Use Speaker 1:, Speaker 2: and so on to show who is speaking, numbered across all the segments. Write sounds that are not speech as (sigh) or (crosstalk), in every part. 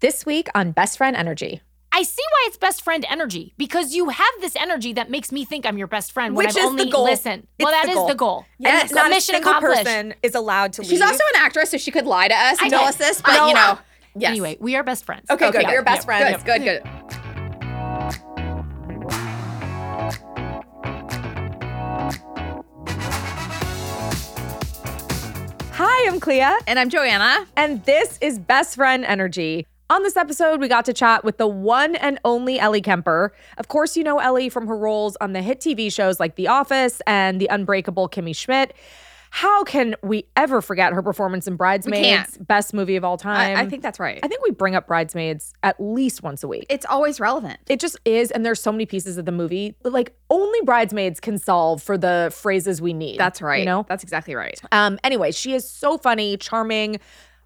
Speaker 1: this week on Best Friend Energy.
Speaker 2: I see why it's best friend energy because you have this energy that makes me think I'm your best friend when
Speaker 3: Which is
Speaker 2: I've
Speaker 3: the
Speaker 2: only
Speaker 3: goal.
Speaker 2: listened. Well,
Speaker 3: It's
Speaker 2: that
Speaker 3: the
Speaker 2: is
Speaker 3: goal.
Speaker 2: the goal.
Speaker 3: Yes,
Speaker 2: And
Speaker 3: not a
Speaker 2: mission
Speaker 3: single
Speaker 2: accomplished.
Speaker 3: person is allowed to leave.
Speaker 1: She's also an actress, so she could lie to us and tell
Speaker 2: did.
Speaker 1: us this, but
Speaker 2: I-
Speaker 1: you know. Yes.
Speaker 2: Anyway, we are best friends.
Speaker 3: Okay, good.
Speaker 1: Yeah.
Speaker 3: You're a best
Speaker 1: Yeah.
Speaker 3: friend.
Speaker 1: Good, good, good.
Speaker 3: Hi, I'm Clea,
Speaker 1: And I'm Joanna.
Speaker 3: and this is Best Friend Energy. On this episode, we got to chat with the one and only Ellie Kemper. Of course, you know Ellie from her roles on the hit TV shows like The Office and The Unbreakable Kimmy Schmidt. How can we ever forget her performance in Bridesmaids, best movie of all
Speaker 1: I,
Speaker 3: time?
Speaker 1: I think that's right.
Speaker 3: I think we bring up Bridesmaids at least once a week.
Speaker 1: it's always relevant.
Speaker 3: It just is, and there's so many pieces of the movie. that, Like only bridesmaids can solve for the phrases we need.
Speaker 1: That's right.
Speaker 3: You know.
Speaker 1: that's exactly right.
Speaker 3: Um. Anyway, she is so funny, charming,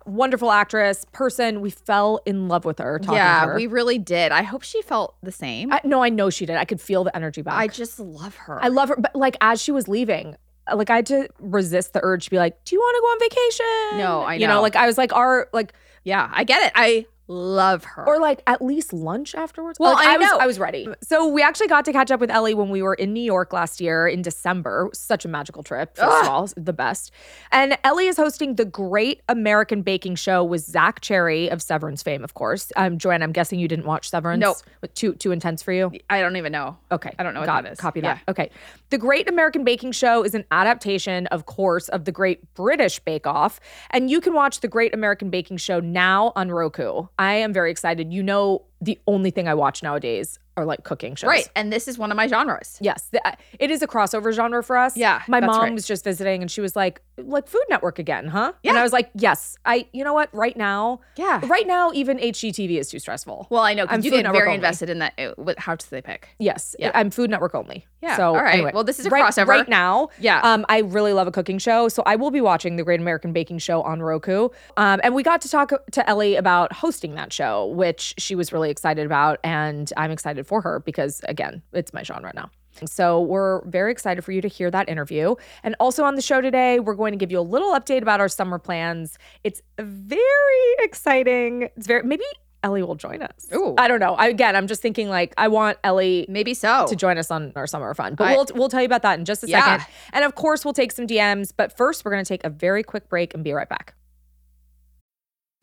Speaker 3: wonderful actress, person. We fell in love with her. Talking
Speaker 1: yeah,
Speaker 3: to her.
Speaker 1: we really did. I hope she felt the same. I,
Speaker 3: I, no, I know she did. I could feel the energy back. I,
Speaker 1: just love her.
Speaker 3: I love her, but like as she was leaving. Like I had to resist the urge to be like, "Do you want to go on vacation?"
Speaker 1: No, I
Speaker 3: You know,
Speaker 1: know.
Speaker 3: like I was like, "Our like,"
Speaker 1: yeah, I get it. I love her.
Speaker 3: or like at least lunch afterwards.
Speaker 1: Well,
Speaker 3: Like,
Speaker 1: I
Speaker 3: was
Speaker 1: know.
Speaker 3: I was ready. So we actually got to catch up with Ellie when we were in New York last year in December. Such a magical trip. First of all, the best. And Ellie is hosting the Great American Baking Show with Zach Cherry of Severance fame, of course. Um, Joanne, I'm guessing you didn't watch Severance.
Speaker 1: Nope.
Speaker 3: Too too intense for you.
Speaker 1: I don't even know.
Speaker 3: Okay.
Speaker 1: I don't know what
Speaker 3: Got
Speaker 1: that is.
Speaker 3: Copy that. Okay. The Great American Baking Show is an adaptation, of course, of the Great British Bake Off. And you can watch the Great American Baking Show now on Roku. I am very excited. You know, the only thing I watch nowadays are like cooking shows.
Speaker 1: Right, and this is one of my genres.
Speaker 3: Yes, th- I- it is a crossover genre for us.
Speaker 1: Yeah,
Speaker 3: my
Speaker 1: that's
Speaker 3: mom
Speaker 1: right.
Speaker 3: was just visiting, and she was like, "Like Food Network again, huh?" and
Speaker 1: Yeah.
Speaker 3: I was like, "Yes, I. You know what? Right
Speaker 1: (sighs)
Speaker 3: now,
Speaker 1: Yeah.
Speaker 3: right now, even HGTV is too stressful.
Speaker 1: Well, I know
Speaker 3: I'm
Speaker 1: because you
Speaker 3: Food
Speaker 1: get
Speaker 3: Network
Speaker 1: very
Speaker 3: only.
Speaker 1: invested in that. uh, what- How do they pick?
Speaker 3: Yes,
Speaker 1: Yeah.
Speaker 3: I'm Food Network only.
Speaker 1: Yeah,
Speaker 3: So
Speaker 1: all right.
Speaker 3: anyway,
Speaker 1: Well, this is a
Speaker 3: right,
Speaker 1: crossover.
Speaker 3: right now.
Speaker 1: Yeah.
Speaker 3: Um, I really love a cooking show, so I will be watching the Great American Baking Show on Roku. Um, and we got to talk to Ellie about hosting that show, which she was really excited about, and I'm excited for her because again, it's my genre now. So we're very excited for you to hear that interview. And also on the show today, we're going to give you a little update about our summer plans. It's very exciting. It's very maybe Ellie will join us.
Speaker 1: Ooh.
Speaker 3: I don't know. I, again, I'm just thinking like I want Ellie
Speaker 1: Maybe so.
Speaker 3: to join us on our summer fun. But
Speaker 1: I-
Speaker 3: we'll we'll tell you about that in just a
Speaker 1: Yeah.
Speaker 3: second. And of course, we'll take some DMs, but first we're going to take a very quick break and be right back.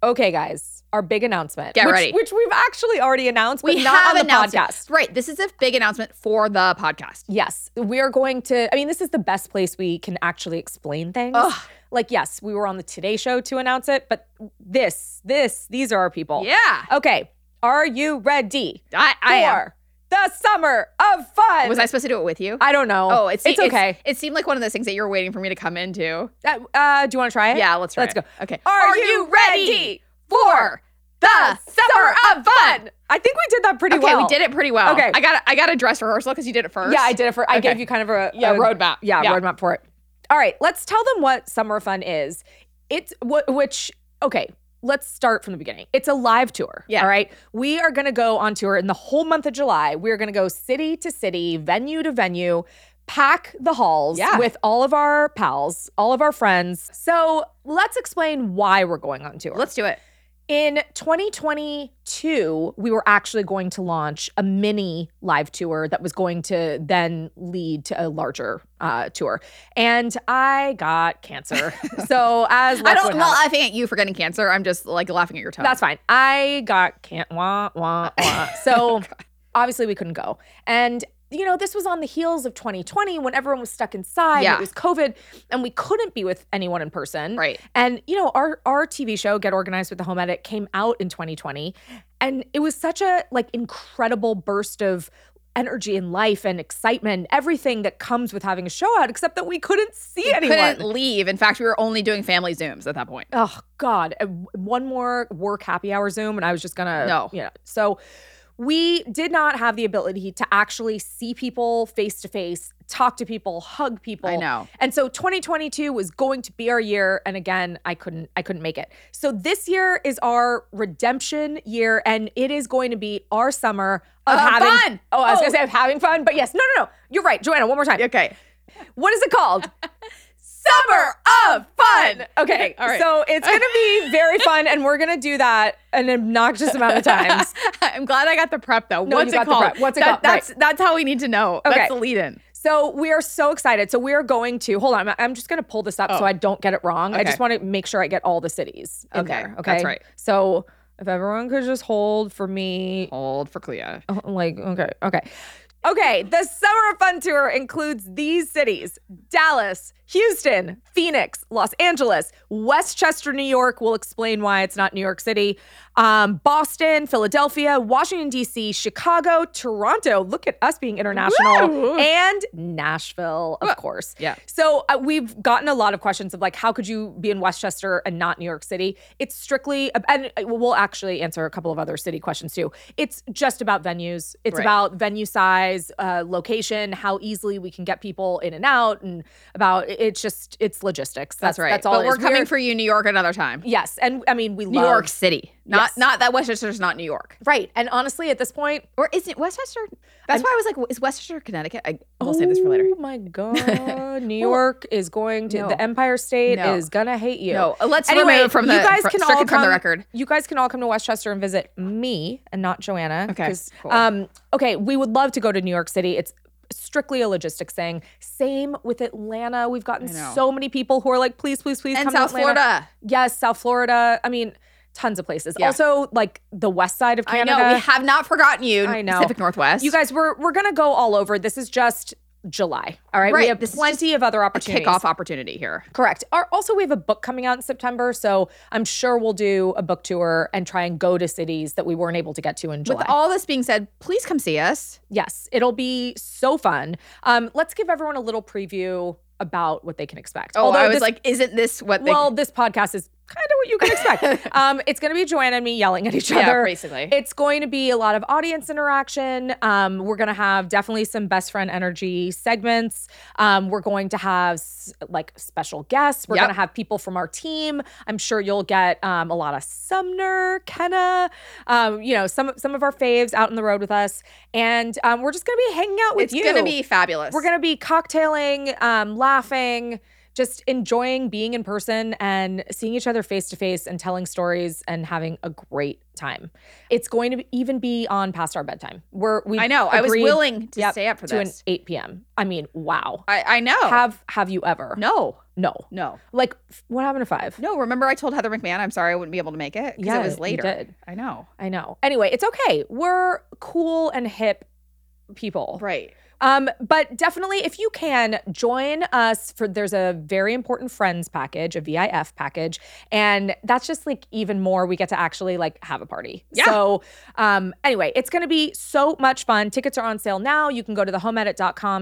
Speaker 3: Okay, guys, our big announcement.
Speaker 1: Get
Speaker 3: which,
Speaker 1: ready.
Speaker 3: Which we've actually already announced, but
Speaker 1: we
Speaker 3: not
Speaker 1: have
Speaker 3: on the
Speaker 1: announced it.
Speaker 3: podcast.
Speaker 1: Right, this is a big announcement for the podcast.
Speaker 3: Yes, we are going to. I mean, this is the best place we can actually explain things.
Speaker 1: Ugh.
Speaker 3: Like, yes, we were on the Today Show to announce it, but this, this, these are our people.
Speaker 1: Yeah,
Speaker 3: Okay, are you ready
Speaker 1: I, I am.
Speaker 3: for the summer of fun?
Speaker 1: Was I supposed to do it with you?
Speaker 3: I don't know.
Speaker 1: oh, it's
Speaker 3: it's okay.
Speaker 1: It seemed like one of those things that you were waiting for me to come into.
Speaker 3: Uh, uh, do you want to
Speaker 4: Eh,
Speaker 3: try it?
Speaker 1: Yeah, let's try.
Speaker 3: Let's
Speaker 1: it.
Speaker 3: go.
Speaker 1: Okay.
Speaker 3: Are, you ready
Speaker 1: for the summer of fun?
Speaker 3: I think we did that pretty
Speaker 1: Okay,
Speaker 3: well.
Speaker 1: we did it pretty well.
Speaker 3: Okay.
Speaker 1: I got a, I got a dress rehearsal because you did it first.
Speaker 3: Yeah, I did it for. I
Speaker 1: Okay.
Speaker 3: gave you kind of a
Speaker 1: Yeah,
Speaker 3: a-
Speaker 1: roadmap.
Speaker 3: Yeah,
Speaker 1: Yeah.
Speaker 3: roadmap for it. All right, let's tell them what summer fun is. It's what which okay. Let's start from the beginning. It's a live tour.
Speaker 1: Yeah.
Speaker 3: All right. We are going to go on tour in the whole month of July. We're going to go city to city, venue to venue, pack the halls
Speaker 1: Yeah.
Speaker 3: with all of our pals, all of our friends. So let's explain why we're going on tour.
Speaker 1: Let's do it.
Speaker 3: In 2022, we were actually going to launch a mini live tour that was going to then lead to a larger uh, tour. And I
Speaker 1: (laughs)
Speaker 3: got cancer. so, as
Speaker 1: I
Speaker 3: luck
Speaker 1: don't.
Speaker 3: would
Speaker 1: Well,
Speaker 3: have it-
Speaker 1: laughing at you for getting cancer. I'm just like laughing at your tone.
Speaker 3: that's fine. I got can't wah wah
Speaker 1: (laughs) Oh
Speaker 3: wah. So obviously we couldn't go. And you know, this was on the heels of 2020 when everyone was stuck inside. and
Speaker 1: Yeah.
Speaker 3: It was COVID and we couldn't be with anyone in person.
Speaker 1: Right.
Speaker 3: And you know, our our TV show Get Organized with the Home Edit came out in 2020 and it was such a like incredible burst of energy and life and excitement, everything that comes with having a show out, except that we couldn't see anyone.
Speaker 4: Couldn't leave. In fact, we were only doing family zooms at that point.
Speaker 3: oh god Uh, w- one more work happy hour zoom and i was just gonna
Speaker 4: No.
Speaker 3: you know so we did not have the ability to actually see people face to face talk to people hug people
Speaker 4: I know.
Speaker 3: and so 2022 was going to be our year and again i couldn't i couldn't make it so this year is our redemption year and it is going to be our summer of
Speaker 4: Of
Speaker 3: having
Speaker 4: Uh, fun!
Speaker 3: oh i was gonna
Speaker 4: Oh.
Speaker 3: say of having fun but yes no no no you're right joanna one more time
Speaker 4: Okay.
Speaker 3: what is it called
Speaker 4: Summer of fun.
Speaker 3: Okay,
Speaker 4: All right.
Speaker 3: so it's gonna be very fun, and we're gonna do that an obnoxious amount of
Speaker 4: (laughs)
Speaker 3: times.
Speaker 4: (laughs) I'm glad I got the prep though.
Speaker 3: No,
Speaker 4: What's
Speaker 3: you got
Speaker 4: it
Speaker 3: the
Speaker 4: called?
Speaker 3: prep. What's it called?
Speaker 4: That's that's how we need to know.
Speaker 3: Okay.
Speaker 4: That's the lead in.
Speaker 3: So we are so excited. So we are going to hold on. I'm- I'm just gonna pull this up so
Speaker 4: Oh.
Speaker 3: I don't get it wrong. I
Speaker 4: Okay.
Speaker 3: just want to make sure I get all the cities. In
Speaker 4: Okay,
Speaker 3: there, okay,
Speaker 4: that's right.
Speaker 3: So if everyone could just hold for me,
Speaker 4: Hold for Clea.
Speaker 3: oh, (laughs) like okay, okay. Okay, the Summer of Fun Tour includes these cities Dallas, Houston, Phoenix, Los Angeles, Westchester, New York. We'll explain why it's not New York City. Um, Boston, Philadelphia, Washington, D.C., Chicago, Toronto. Look at us being international.
Speaker 4: Woo!
Speaker 3: And Nashville, of course.
Speaker 4: Yeah.
Speaker 3: So uh, we've gotten a lot of questions of like, how could you be in Westchester and not New York City? It's strictly, uh, and we'll actually answer a couple of other city questions too. It's just about venues. It's
Speaker 4: Right.
Speaker 3: about venue size, uh, location, how easily we can get people in and out, and about it's just it's logistics.
Speaker 4: That's,
Speaker 3: That's,
Speaker 4: right.
Speaker 3: That's all.
Speaker 4: But
Speaker 3: it
Speaker 4: we're
Speaker 3: is.
Speaker 4: coming
Speaker 3: We're-
Speaker 4: for you, New York, another time.
Speaker 3: yes, and I mean we
Speaker 4: New
Speaker 3: love
Speaker 4: York City. Not
Speaker 3: Yes.
Speaker 4: not that Westchester's not New York.
Speaker 3: right, and honestly at this point,
Speaker 4: Or isn't Westchester? That's why I was like, is Westchester Connecticut? I, we'll save this for later.
Speaker 3: Oh my god, New
Speaker 4: (laughs)
Speaker 3: York is going to
Speaker 4: No.
Speaker 3: the Empire State
Speaker 4: No.
Speaker 3: is gonna hate you.
Speaker 4: No, uh, let's
Speaker 3: Anyway,
Speaker 4: remove it from the
Speaker 3: you guys
Speaker 4: fr-
Speaker 3: can
Speaker 4: stricken
Speaker 3: all
Speaker 4: from
Speaker 3: come-
Speaker 4: the record.
Speaker 3: You guys can all come to Westchester and visit me and not Joanna.
Speaker 4: Okay,
Speaker 3: 'cause,
Speaker 4: cool.
Speaker 3: Um, okay, we would love to go to New York City. It's strictly a logistics thing. Same with Atlanta. We've gotten
Speaker 4: I know.
Speaker 3: so many people who are like, please, please, please
Speaker 4: And
Speaker 3: come to
Speaker 4: South
Speaker 3: Atlanta.
Speaker 4: Florida.
Speaker 3: Yes, South Florida. I mean, tons of places.
Speaker 4: Yeah.
Speaker 3: Also, like the west side of
Speaker 4: I
Speaker 3: Canada.
Speaker 4: know we have not forgotten you.
Speaker 3: I know.
Speaker 4: Pacific Northwest.
Speaker 3: you guys, we're we're gonna go all over. This is just July. All right. We
Speaker 4: Right,
Speaker 3: have
Speaker 4: this is
Speaker 3: plenty of other
Speaker 4: a
Speaker 3: opportunities.
Speaker 4: kickoff opportunity here.
Speaker 3: Correct. Our, also, we have a book coming out in September, so I'm sure we'll do a book tour and try and go to cities that we weren't able to get to in July.
Speaker 4: With all this being said, please come see us.
Speaker 3: yes, it'll be so fun. Um, let's give everyone a little preview about what they can expect.
Speaker 4: Oh,
Speaker 3: Although
Speaker 4: I was
Speaker 3: this-
Speaker 4: like, isn't this what they
Speaker 3: well, this podcast is kind of what you can
Speaker 4: (laughs)
Speaker 3: expect. um, it's going to be Joanna and me yelling at each other.
Speaker 4: basically.
Speaker 3: It's going to be a lot of audience interaction. Um, we're going to have definitely some best friend energy segments. Um, we're going to have s- like special guests. We're
Speaker 4: Yep.
Speaker 3: going to have people from our team. I'm sure you'll get um, a lot of Sumner, Kenna, um, you know, some some of our faves out on the road with us, and um, we're just going to be hanging out with
Speaker 4: it's
Speaker 3: you.
Speaker 4: gonna be fabulous.
Speaker 3: We're going to be cocktailing, um, laughing, just enjoying being in person and seeing each other face to face and telling stories and having a great time. It's going to be, even be on past our bedtime. We're we
Speaker 4: I know. I was
Speaker 3: agreed
Speaker 4: willing to
Speaker 3: Yep,
Speaker 4: stay up for
Speaker 3: to an
Speaker 4: this.
Speaker 3: 8 p.m. I mean, wow.
Speaker 4: I, I know.
Speaker 3: Have have you ever?
Speaker 4: no,
Speaker 3: No.
Speaker 4: no,
Speaker 3: Like f- what happened to 5?
Speaker 4: no. Remember, I told Heather McMahon I'm sorry I wouldn't be able to make it because
Speaker 3: Yeah,
Speaker 4: it was
Speaker 3: you
Speaker 4: later.
Speaker 3: did.
Speaker 4: I know.
Speaker 3: I know. Anyway, it's okay. We're cool and hip people.
Speaker 4: Right.
Speaker 3: Um, but definitely, if you can join us for there's a very important friends package, a VIF package, and that's just like even more. We get to actually like have a party.
Speaker 4: Yeah.
Speaker 3: So, um, anyway, it's going to be so much fun. Tickets are on sale now. You can go to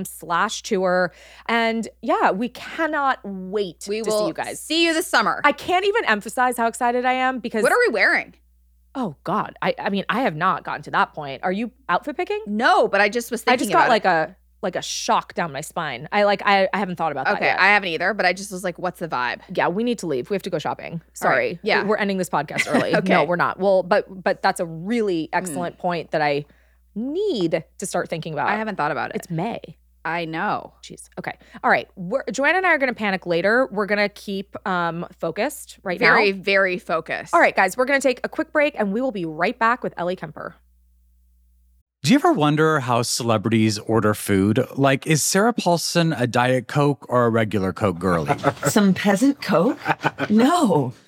Speaker 3: thehomeedit.com/tour, and yeah, we cannot wait
Speaker 4: We
Speaker 3: to
Speaker 4: will
Speaker 3: see you guys.
Speaker 4: See you this summer.
Speaker 3: I can't even emphasize how excited I am because
Speaker 4: what are we wearing?
Speaker 3: oh god, I I mean I have not gotten to that point. Are you outfit picking?
Speaker 4: No, but I just was thinking.
Speaker 3: I just got
Speaker 4: about
Speaker 3: like
Speaker 4: it.
Speaker 3: a like a shock down my spine. I like I, I haven't thought about that
Speaker 4: Okay,
Speaker 3: yet.
Speaker 4: I haven't either, but I just was like, what's the vibe?
Speaker 3: yeah, we need to leave. We have to go shopping. Sorry.
Speaker 4: Yeah.
Speaker 3: We're ending this
Speaker 4: (laughs)
Speaker 3: podcast early. No,
Speaker 4: Okay. Hmm.
Speaker 3: we're not. Well, but but that's a really excellent point that I need to start thinking about.
Speaker 4: I haven't thought about
Speaker 3: Uh,
Speaker 4: it.
Speaker 3: it's May.
Speaker 4: I know.
Speaker 3: Jeez. Okay. All right. We're, Joanna and I are going to panic later. We're going to keep um focused right
Speaker 4: very,
Speaker 3: now.
Speaker 4: very focused.
Speaker 3: All right, guys. We're going to take a quick break and we will be right back with Ellie Kemper.
Speaker 5: Do you ever wonder how celebrities order food? Like, is Sarah Paulson a Diet Coke or a regular Coke girlie?
Speaker 6: Some peasant coke? No.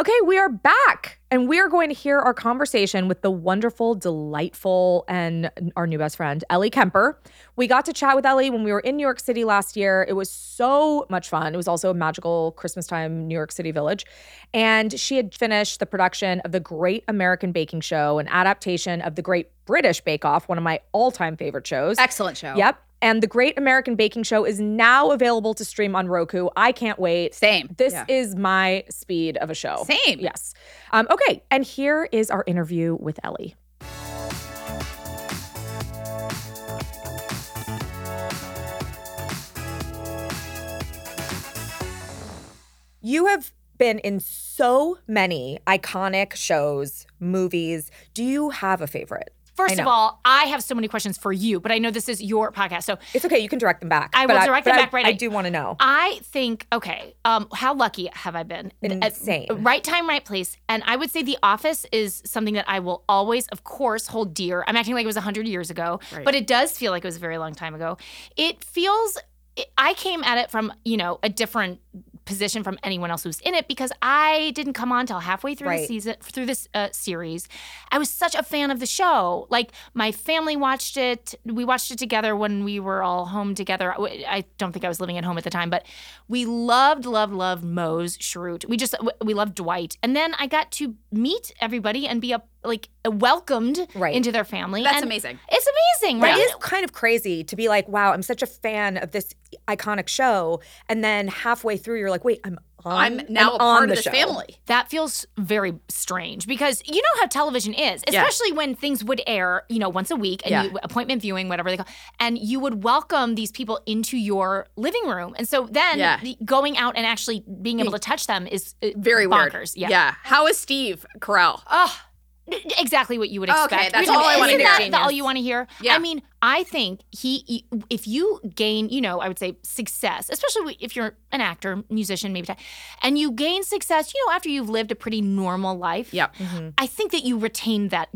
Speaker 3: Okay, we are back and we are going to hear our conversation with the wonderful, delightful, and our new best friend, Ellie Kemper. We got to chat with Ellie when we were in New York City last year. It was so much fun. It was also a magical Christmas time New York City village. And she had finished the production of The Great American Baking Show, an adaptation of The Great British Bake Off, one of my all time favorite shows.
Speaker 1: Excellent show.
Speaker 3: Yep. And The Great American Baking Show is now available to stream on Roku. I can't wait.
Speaker 1: Same.
Speaker 3: This
Speaker 1: Yeah.
Speaker 3: is my speed of a show.
Speaker 1: Same.
Speaker 3: Yes. Um, okay. And here is our interview with Ellie. You have been in so many iconic shows, movies. Do you have a favorite?
Speaker 2: First of
Speaker 3: know.
Speaker 2: all, I have so many questions for you, but I know this is your podcast. So
Speaker 3: It's okay. You can direct them back.
Speaker 2: I
Speaker 3: but
Speaker 2: will direct
Speaker 3: but
Speaker 2: them back right
Speaker 3: I
Speaker 2: now.
Speaker 3: do want to know.
Speaker 2: I think, okay, um, how lucky have I been? Th- at-
Speaker 3: Insane.
Speaker 2: right time, right place. And I would say The Office is something that I will always, of course, hold dear. I'm acting like it was 100 years ago, but it does feel like it was a very long time ago. It feels, it, I came at it from, you know, a different position from anyone else who's in it because I didn't come on till halfway through the
Speaker 3: Right.
Speaker 2: season, through this uh, series. I was such a fan of the show. Like, my family watched it. We watched it together when we were all home together. I I don't think I was living at home at the time, but we loved, loved, loved Moe's Shrewd. We just we loved Dwight, and then I got to meet everybody and be a like welcomed
Speaker 3: Right.
Speaker 2: into their family.
Speaker 1: That's
Speaker 2: and
Speaker 1: amazing.
Speaker 2: It's amazing, right?
Speaker 3: That is kind of crazy to be like, wow, I'm such a fan of this iconic show. And then halfway through, you're like, wait, I'm on.
Speaker 1: I'm now a
Speaker 3: I'm
Speaker 1: part
Speaker 3: on
Speaker 1: of
Speaker 3: the
Speaker 1: this
Speaker 3: show.
Speaker 1: family.
Speaker 2: that feels very strange because you know how television is, especially when things would air, you know, once a week and
Speaker 1: Yeah.
Speaker 2: you, appointment viewing, whatever they call, and you would welcome these people into your living room, and so then
Speaker 1: Yeah.
Speaker 2: the, going out and actually being able to touch them is uh,
Speaker 1: Very
Speaker 2: bonkers.
Speaker 1: weird.
Speaker 2: Yeah.
Speaker 1: How is Steve Carell?
Speaker 2: Oh, exactly what you would
Speaker 1: Okay,
Speaker 2: expect.
Speaker 1: that's
Speaker 2: Isn't-
Speaker 1: all I wanna
Speaker 2: isn't
Speaker 1: hear.
Speaker 2: that the- all you want to hear?
Speaker 1: Yeah.
Speaker 2: I mean, I think he, e, if you gain, you know, I would say success, especially if you're an actor, musician, maybe, and you gain success, you know, after you've lived a pretty normal life.
Speaker 1: Yep.
Speaker 3: Mm-hmm.
Speaker 2: I think that you retain that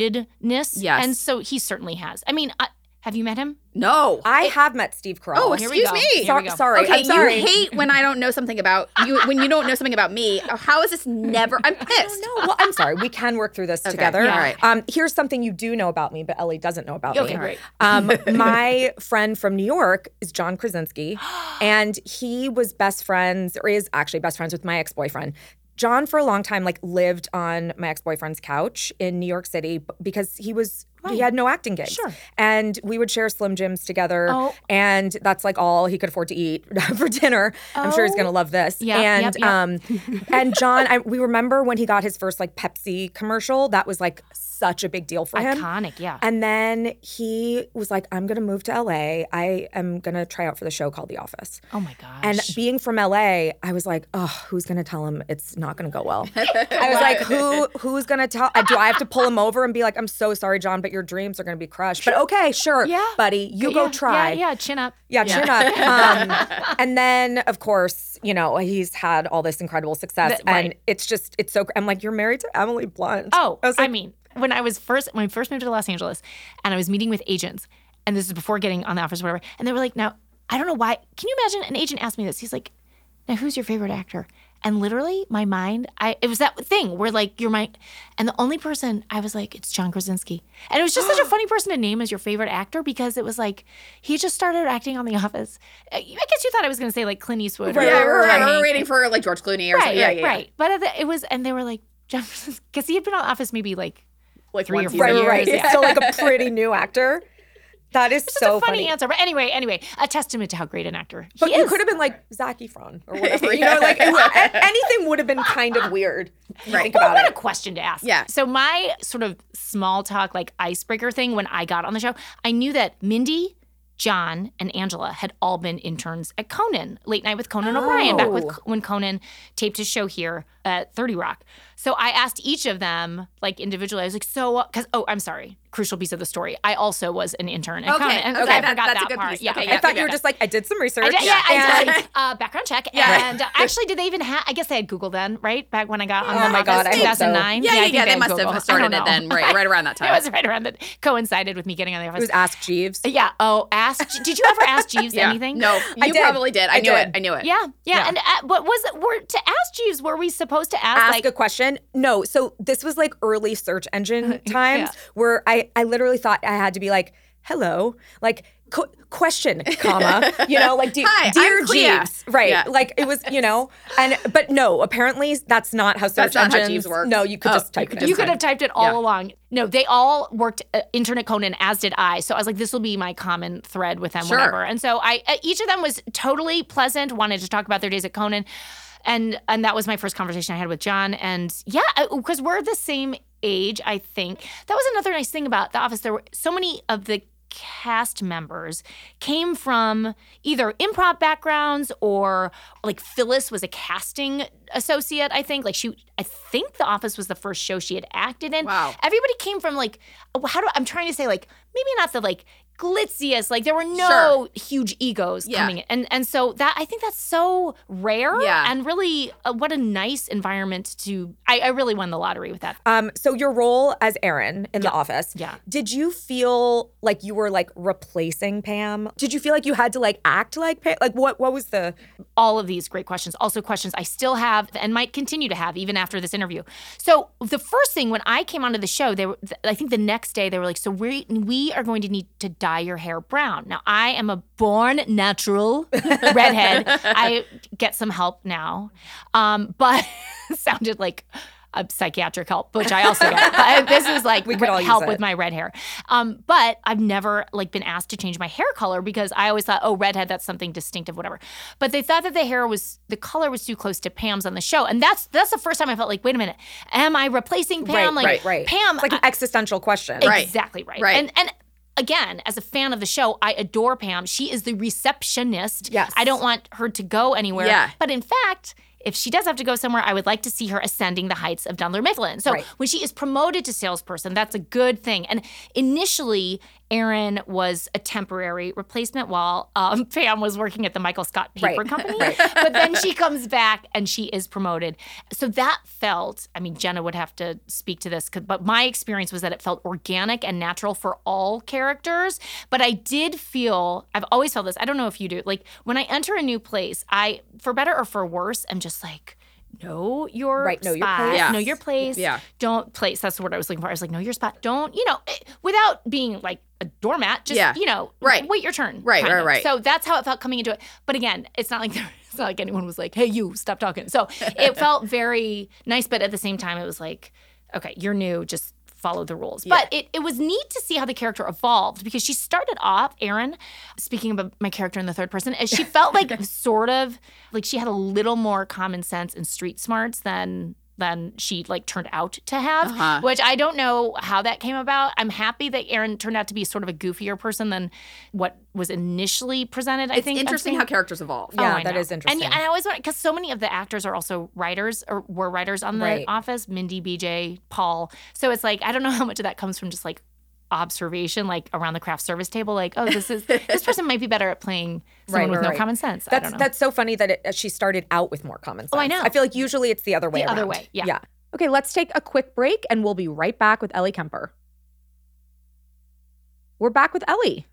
Speaker 2: groundedness.
Speaker 1: Yes.
Speaker 2: And so he certainly has. I mean, I, have you met him?
Speaker 1: No.
Speaker 3: I have met Steve Carell.
Speaker 1: Oh,
Speaker 2: here we
Speaker 1: excuse
Speaker 2: go.
Speaker 1: me.
Speaker 2: Here we
Speaker 3: Sor-
Speaker 2: go.
Speaker 3: sorry.
Speaker 1: Okay,
Speaker 3: I'm sorry.
Speaker 1: you hate when I don't know something about you when you don't know something about
Speaker 3: (laughs)
Speaker 1: me. How is this never? I'm pissed.
Speaker 3: no, well, I'm sorry. We can work through
Speaker 2: (laughs)
Speaker 3: this together.
Speaker 1: yeah, all right.
Speaker 3: Um, here's something you do know about me, but Ellie doesn't know about
Speaker 2: Okay,
Speaker 3: me.
Speaker 2: great. (laughs)
Speaker 3: Um, my friend from New York is John Krasinski,
Speaker 2: (gasps)
Speaker 3: and he was best friends, or is actually best friends with my ex boyfriend. John, for a long time, like lived on my ex boyfriend's couch in New York City b- because he was he had no acting gigs,
Speaker 2: Sure.
Speaker 3: and we would share Slim Jims together,
Speaker 2: Oh.
Speaker 3: and that's like all he could afford to eat (laughs) for dinner. I'm sure he's
Speaker 2: Oh.
Speaker 3: gonna love this.
Speaker 2: Yeah,
Speaker 3: and
Speaker 2: yep, yep.
Speaker 3: um, and John, I, we remember when he got his first like Pepsi commercial. That was like such a big deal for him.
Speaker 2: Iconic, yeah.
Speaker 3: And then he was like, I'm going to move to LA. I am going to try out for the show called The Office.
Speaker 2: Oh my gosh.
Speaker 3: And being from LA, I was like, oh, who's going to tell him it's not going to go
Speaker 2: (laughs)
Speaker 3: well? I was like, who who's going to tell? uh, Do I have to pull him over and be like, I'm so sorry, John, but your dreams are going to be crushed. But okay, sure,
Speaker 2: Yeah.
Speaker 3: buddy, you go
Speaker 2: Yeah,
Speaker 3: try.
Speaker 2: Yeah, yeah, chin up.
Speaker 3: Yeah, chin
Speaker 2: (laughs)
Speaker 3: up. Um, and then, of course, you know, he's had all this incredible success.
Speaker 2: Th- right.
Speaker 3: And it's just, it's so, cr- I'm like, you're married to Emily Blunt.
Speaker 2: Oh, I,
Speaker 3: was like,
Speaker 2: mean, when I was first when I first moved to Los Angeles, and I was meeting with agents, and this is before getting on the office, or whatever, and they were like, "Now, I don't know why. Can you imagine an agent asked me this? He's like, "Now, who's your favorite actor?" And literally, my mind, I it was that thing where like you're my, and the only person I was like, it's John Krasinski, and it was just such a funny person to name as your favorite actor because it was like he just started acting on The Office. Uh, I guess you thought I was gonna say like Clint Eastwood, or
Speaker 1: Yeah, we're,
Speaker 2: Tony.
Speaker 1: we're waiting for like George Clooney or
Speaker 2: right,
Speaker 1: something. Yeah,
Speaker 2: right,
Speaker 1: yeah, yeah.
Speaker 2: right. But at the- it was, and they were like, John Krasinski, because he had been on The Office maybe like
Speaker 1: Like
Speaker 2: Three
Speaker 1: once
Speaker 2: or
Speaker 1: a
Speaker 2: four
Speaker 1: year.
Speaker 3: right, right.
Speaker 2: years,
Speaker 3: It's still like a pretty new actor. That is
Speaker 2: It's
Speaker 3: so
Speaker 2: a funny,
Speaker 3: funny.
Speaker 2: answer. But anyway, anyway, a testament to how great an actor he
Speaker 3: But you
Speaker 2: is.
Speaker 3: could have been like Zac Efron
Speaker 2: (laughs)
Speaker 3: or whatever. You know, like it was- a- anything would have been kind of weird. if you
Speaker 1: Right.
Speaker 3: Think
Speaker 2: Oh,
Speaker 3: about
Speaker 2: what
Speaker 3: it.
Speaker 2: a question to ask.
Speaker 1: Yeah.
Speaker 2: So my sort of small talk, like icebreaker thing when I got on the show, I knew that Mindy, John and Angela had all been interns at Conan, Late Night with Conan O'Brien, back with, when Conan taped his show here at 30 Rock. So I asked each of them, like individually, I was like, so, because, oh, I'm sorry, crucial piece of the story. I also was an intern at
Speaker 4: Okay,
Speaker 2: Conan. And
Speaker 4: okay,
Speaker 2: I
Speaker 4: that-
Speaker 2: forgot
Speaker 4: that's a
Speaker 2: that
Speaker 4: good
Speaker 2: part.
Speaker 4: piece.
Speaker 2: Yeah,
Speaker 4: Okay,
Speaker 2: okay,
Speaker 4: yeah,
Speaker 3: I thought
Speaker 4: yeah,
Speaker 3: you were
Speaker 4: yeah.
Speaker 3: just like, I did some research.
Speaker 2: I did, yeah, I
Speaker 3: and-
Speaker 2: did. Uh, background check.
Speaker 4: Yeah.
Speaker 2: And actually, did they even have? I guess they had Google then, right? Back when I got on
Speaker 3: Oh
Speaker 2: the
Speaker 3: my
Speaker 2: office,
Speaker 3: God, I hope so.
Speaker 2: 2009.
Speaker 4: Yeah, yeah,
Speaker 2: I
Speaker 4: yeah.
Speaker 2: think
Speaker 4: they
Speaker 2: had
Speaker 4: must
Speaker 2: Google. I
Speaker 4: have started it
Speaker 2: don't
Speaker 4: then,
Speaker 2: know.
Speaker 4: right, right
Speaker 3: (laughs)
Speaker 4: around
Speaker 2: (laughs)
Speaker 4: that
Speaker 2: It
Speaker 4: time.
Speaker 2: was right around that coincided with me getting on the
Speaker 3: It
Speaker 2: office.
Speaker 3: was Ask Jeeves.
Speaker 2: yeah. Oh, ask. Did you ever
Speaker 4: (laughs)
Speaker 2: ask Jeeves
Speaker 4: yeah.
Speaker 2: anything?
Speaker 4: No, you
Speaker 3: I did.
Speaker 4: probably did. I,
Speaker 3: I
Speaker 4: knew
Speaker 3: did.
Speaker 4: it. I knew it.
Speaker 2: Yeah, yeah. And uh, what was it? Were to ask Jeeves? Were we supposed to ask?
Speaker 3: ask
Speaker 2: like,
Speaker 3: a question. No, so this was like early search
Speaker 4: (laughs)
Speaker 3: engine times
Speaker 2: Yeah.
Speaker 3: where I I literally thought I had to be like, "Hello," like qu- question, comma, you know, like de-
Speaker 4: Hi, I'm
Speaker 3: dear
Speaker 4: Clea.
Speaker 3: Jeeves, right?
Speaker 4: Yeah.
Speaker 3: Like it was, you know, and but no, apparently that's not how search
Speaker 4: That's not how
Speaker 3: engines
Speaker 4: Jeeves works.
Speaker 3: No, you could
Speaker 4: Oh,
Speaker 3: just type
Speaker 4: you could
Speaker 3: it in.
Speaker 4: just
Speaker 2: you could
Speaker 4: time.
Speaker 2: have typed it all
Speaker 4: Yeah.
Speaker 2: along. No, they all worked uh, internet Conan, as did I. So I was like, this will be my common thread with them,
Speaker 4: Sure.
Speaker 2: whatever. And so I, uh, each of them was totally pleasant, wanted to talk about their days at Conan, and and that was my first conversation I had with John. And yeah, because we're the same age, I think. That was another nice thing about The Office. There were so many of the cast members came from either improv backgrounds or like Phyllis was a casting associate, I think. Like she I think The Office was the first show she had acted in.
Speaker 4: Wow.
Speaker 2: Everybody came from like how do I'm trying to say like maybe not the like glitziest, like there were no
Speaker 4: Sure.
Speaker 2: huge egos
Speaker 4: Yeah.
Speaker 2: coming in. And and so that I think that's so rare
Speaker 4: Yeah.
Speaker 2: and really uh, what a nice environment to I, I really won the lottery with that.
Speaker 3: Um, so your role as Aaron in the office,
Speaker 2: Yeah.
Speaker 3: Did you feel like you were like replacing Pam? Did you feel like you had to like act like Pam? Like what? What was the?
Speaker 2: all of these great questions. Also, questions I still have and might continue to have even after this interview. So, the first thing when I came onto the show, they were, I think the next day they were like, "So we we are going to need to dye your hair brown." Now, I am a born
Speaker 3: (laughs)
Speaker 2: natural redhead. I get some help now, um, but (laughs) sounded like. A psychiatric help, which I also get. But this is like
Speaker 3: We could all use
Speaker 2: help
Speaker 3: it.
Speaker 2: with my red hair. Um, but I've never like been asked to change my hair color because I always thought, oh, redhead, that's something distinctive, whatever. But they thought that the hair was the color was too close to Pam's on the show, and that's that's the first time I felt like, wait a minute, am I replacing Pam? like
Speaker 4: right,
Speaker 3: right.
Speaker 2: Pam,
Speaker 3: It's like an existential question.
Speaker 4: Right.
Speaker 2: Exactly right.
Speaker 4: Right.
Speaker 2: And and again, as a fan of the show, I adore Pam. She is the receptionist.
Speaker 3: Yes.
Speaker 2: I don't want her to go anywhere.
Speaker 4: Yeah.
Speaker 2: But in fact, if she does have to go somewhere, I would like to see her ascending the heights of Dunler Mifflin. So
Speaker 3: Right.
Speaker 2: when she is promoted to salesperson, that's a good thing. And initially, Erin was a temporary replacement while um, (laughs) Pam was working at the Michael Scott Paper
Speaker 3: (laughs) Right.
Speaker 2: Company. But then she comes back and she is promoted. So that felt, I mean, Jenna would have to speak to this, 'cause- but my experience was that it felt organic and natural for all characters. But I did feel, I've always felt this, I don't know if you do, like when I enter a new place, I, for better or for worse, am just like, know your
Speaker 3: Right, know your
Speaker 2: spot,
Speaker 3: place.
Speaker 4: Yeah.
Speaker 2: know your place.
Speaker 4: Yeah.
Speaker 2: Don't place. That's the word I was looking for. I was like, know your spot. Don't, you know, eh, without being like a doormat, just,
Speaker 4: Yeah.
Speaker 2: you know,
Speaker 4: Right.
Speaker 2: wait your turn.
Speaker 4: Right,
Speaker 2: kind
Speaker 4: right,
Speaker 2: of.
Speaker 4: right.
Speaker 2: So that's how it felt coming into it. But again, it's not like (laughs) there, it's not like anyone was like, hey, you, stop talking. So it felt very nice, but at the same time, it was like, okay, you're new, just follow the rules. But it, it was neat to see how the character evolved because she started off, Erin, speaking about my character in the third person, as she felt like sort of like she had a little more common sense and street smarts than than she like turned out to have,
Speaker 4: Uh-huh.
Speaker 2: which I don't know how that came about. I'm happy that Erin turned out to be sort of a goofier person than what was initially presented. I
Speaker 4: It's
Speaker 2: think as
Speaker 4: interesting
Speaker 2: being-
Speaker 4: how characters evolve.
Speaker 3: Yeah,
Speaker 2: I
Speaker 3: that
Speaker 2: know.
Speaker 3: is interesting.
Speaker 2: And, and I always want because so many of the actors are also writers or were writers on the
Speaker 3: Right.
Speaker 2: Office. Mindy, BJ, Paul. So it's like I don't know (laughs) how much of that comes from just like observation, like around the craft service table. Like, oh, this is
Speaker 3: (laughs)
Speaker 2: this person might be better at playing someone
Speaker 3: Right,
Speaker 2: with no
Speaker 3: right.
Speaker 2: common sense. I
Speaker 3: That's
Speaker 2: don't know.
Speaker 3: that's so funny that it, uh, she started out with more common sense.
Speaker 2: I know.
Speaker 3: Oh, I feel like usually it's the other way.
Speaker 2: The other
Speaker 3: around.
Speaker 2: way, yeah.
Speaker 3: Okay, let's take a quick break, and we'll be right back with Ellie Kemper. We're back with Ellie.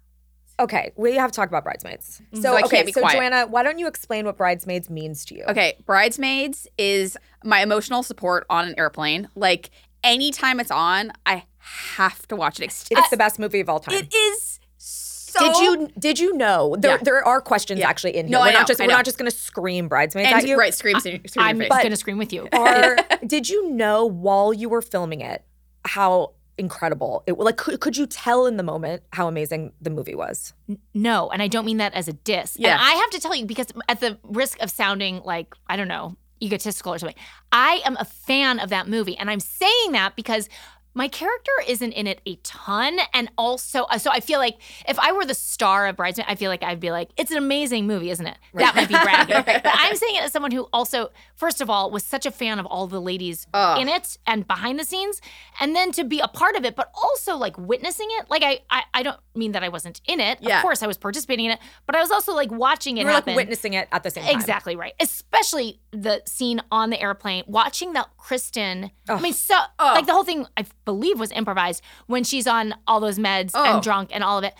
Speaker 3: Okay, we have to talk about bridesmaids. So,
Speaker 4: So I
Speaker 3: okay,
Speaker 4: can't be
Speaker 3: so
Speaker 4: quiet.
Speaker 3: Joanna, why don't you explain what bridesmaids means to you?
Speaker 4: Okay, Bridesmaids is my emotional support on an airplane. Like anytime it's on, I have to watch it. It's,
Speaker 3: it's the best movie of all time.
Speaker 4: it is so
Speaker 3: did you did you know there,
Speaker 4: Yeah.
Speaker 3: there are questions
Speaker 4: Yeah.
Speaker 3: actually in here?
Speaker 4: No,
Speaker 3: we're
Speaker 4: I know,
Speaker 3: not just
Speaker 4: I
Speaker 3: we're
Speaker 4: know.
Speaker 3: not just gonna scream bridesmaids
Speaker 4: and
Speaker 3: at you.
Speaker 4: right screams in, screams in
Speaker 2: I'm
Speaker 4: your face.
Speaker 2: going to scream with you. (laughs)
Speaker 3: Are, did you know while you were filming it how incredible it like could, could you tell in the moment how amazing the movie was?
Speaker 2: No, and I don't mean that as a diss.
Speaker 4: Yeah.
Speaker 2: And I have to tell you, because at the risk of sounding like, I don't know, egotistical or something, I am a fan of that movie. And I'm saying that because my character isn't in it a ton. And also, uh, so I feel like if I were the star of Bridesmaid, I feel like I'd be like, it's an amazing movie, isn't it? That might be bragging. But I'm saying it as someone who also, first of all, was such a fan of all the ladies in it and behind the scenes. And then to be a part of it, but also like witnessing it. Like, I, I, I don't mean that I wasn't in it.
Speaker 4: Yeah.
Speaker 2: Of course, I was participating in it, but I was also like watching it
Speaker 3: You're like
Speaker 2: happen.
Speaker 3: witnessing it at the same time.
Speaker 2: Exactly right. Especially the scene on the airplane, watching that Kristen. I mean, so like the whole thing, I believe, was improvised when she's on all those meds
Speaker 4: Oh.
Speaker 2: and drunk and all of it.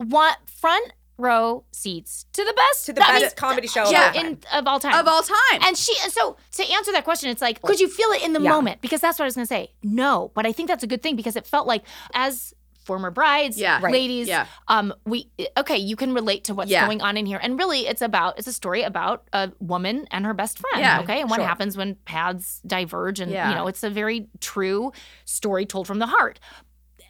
Speaker 2: Want front row seats to the best
Speaker 3: To the
Speaker 2: that
Speaker 3: best
Speaker 2: means-
Speaker 3: comedy show
Speaker 2: yeah,
Speaker 3: of all time.
Speaker 2: in, of all time.
Speaker 4: of all time.
Speaker 2: And she, and so to answer that question, it's like, could you feel it in the
Speaker 3: Yeah.
Speaker 2: moment? Because that's what I was going to say. No, but I think that's a good thing because it felt like as former brides,
Speaker 4: Yeah. Right.
Speaker 2: ladies,
Speaker 4: Yeah.
Speaker 2: um, we okay, you can relate to what's
Speaker 4: Yeah.
Speaker 2: going on in here, and really, it's about it's a story about a woman and her best friend.
Speaker 4: Yeah,
Speaker 2: okay, and what
Speaker 3: sure.
Speaker 2: happens when paths diverge, and
Speaker 4: Yeah.
Speaker 2: you know, it's a very true story told from the heart.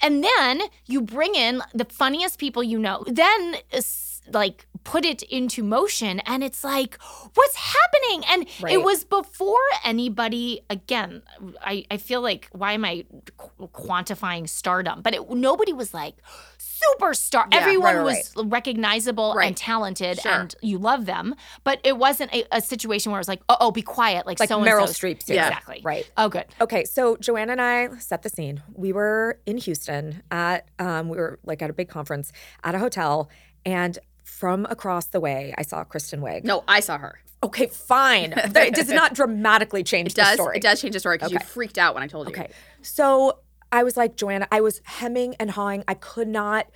Speaker 2: And then you bring in the funniest people you know. Then s- like put it into motion and it's like what's happening and it
Speaker 3: Right.
Speaker 2: was before anybody again I, I feel like why am i qu- quantifying stardom but it, nobody was like superstar
Speaker 4: Yeah,
Speaker 2: everyone
Speaker 3: right, right,
Speaker 2: was recognizable
Speaker 4: Right.
Speaker 2: and talented
Speaker 4: Sure.
Speaker 2: and you love them but it wasn't a, a situation where it was like oh, oh be quiet like,
Speaker 3: Like
Speaker 2: so
Speaker 3: Meryl Streep.
Speaker 2: yeah.
Speaker 3: series.
Speaker 2: exactly
Speaker 3: Right.
Speaker 2: oh good
Speaker 3: Okay, so Joanne and I set the scene. We were in Houston at um, we were like at a big conference at a hotel, and from across the way, I saw Kristen Wiig.
Speaker 4: no, I saw her.
Speaker 3: Okay, fine. That- it does
Speaker 2: (laughs)
Speaker 3: not dramatically change
Speaker 4: It does.
Speaker 3: the story.
Speaker 4: It does change the story because you freaked out when I told you.
Speaker 3: Okay, so I was like Joanna. I was hemming and hawing. I could not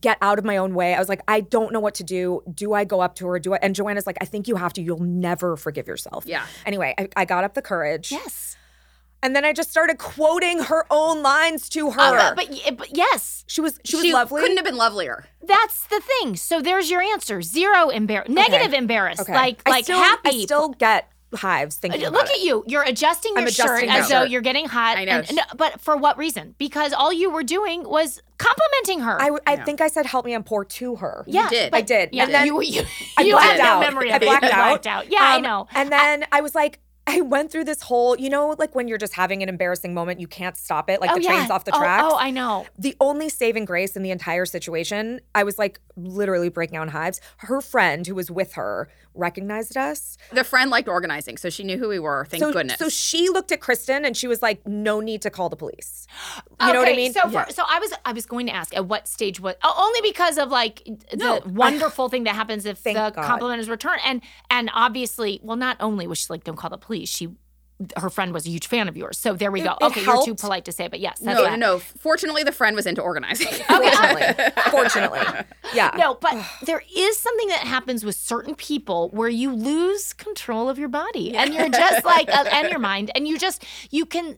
Speaker 3: get out of my own way. I was like, I don't know what to do. Do I go up to her? Do I? And Joanna's like, I think you have to. You'll never forgive yourself.
Speaker 4: Yeah.
Speaker 3: Anyway, I, I got up the courage.
Speaker 2: yes
Speaker 3: And then I just started quoting her own lines to her.
Speaker 2: Uh, but, y- but yes
Speaker 3: She was she was lovely.
Speaker 4: Couldn't have been lovelier.
Speaker 2: That's the thing. So there's your answer. Zero embarrassed. Negative embarrassed.
Speaker 3: Okay.
Speaker 2: Like
Speaker 3: I
Speaker 2: like
Speaker 3: still,
Speaker 2: happy. Uh,
Speaker 3: I still get hives thinking
Speaker 2: Look
Speaker 3: about
Speaker 2: at you. You're adjusting your
Speaker 3: I'm adjusting
Speaker 2: shirt
Speaker 3: my
Speaker 2: as though
Speaker 4: shirt.
Speaker 2: you're getting hot.
Speaker 4: I know.
Speaker 2: and- no, but for what reason? Because all you were doing was complimenting her.
Speaker 3: it. I, w- I think I said help me I'm poor to her.
Speaker 2: yeah,
Speaker 4: did.
Speaker 2: but-
Speaker 3: I did.
Speaker 2: Yeah,
Speaker 3: And then
Speaker 2: you you,
Speaker 3: I
Speaker 2: you
Speaker 3: blacked
Speaker 2: had no
Speaker 3: out.
Speaker 2: memory of
Speaker 3: I
Speaker 2: it. You
Speaker 3: blacked out.
Speaker 2: blacked out. Yeah, I
Speaker 3: Um,
Speaker 2: know.
Speaker 3: And then I was like, I went through this whole, you know, like when you're just having an embarrassing moment, you can't stop it. Like
Speaker 2: oh
Speaker 3: the
Speaker 2: yeah.
Speaker 3: train's off the
Speaker 2: Oh,
Speaker 3: tracks.
Speaker 2: Oh, I know.
Speaker 3: the only saving grace in the entire situation, I was like literally breaking out in hives. Her friend who was with her recognized us.
Speaker 4: The friend liked organizing, so she knew who we were. Thank
Speaker 3: so,
Speaker 4: goodness.
Speaker 3: So she looked at Kristen and she was like, no need to call the police. You know what I
Speaker 2: Okay,
Speaker 3: mean?
Speaker 2: So, for- so I was I was going to ask at what stage was oh, only because of like
Speaker 3: (laughs)
Speaker 2: the wonderful thing that happens if
Speaker 3: Thank
Speaker 2: the
Speaker 3: God.
Speaker 2: compliment is returned and and obviously well not only was she like don't call the police she her friend was a huge fan of yours so there we go
Speaker 3: it
Speaker 2: okay you're too
Speaker 3: helped.
Speaker 2: polite to say it, but yes that's
Speaker 4: no, no,
Speaker 2: that.
Speaker 4: no. Fortunately, the friend was into organizing.
Speaker 3: (laughs)
Speaker 4: (laughs)
Speaker 3: Fortunately.
Speaker 2: (laughs)
Speaker 3: Fortunately. Yeah.
Speaker 2: (sighs) No, but there is something that happens with certain people where you lose control of your body and you're just like, uh, and your mind, and you just, you can.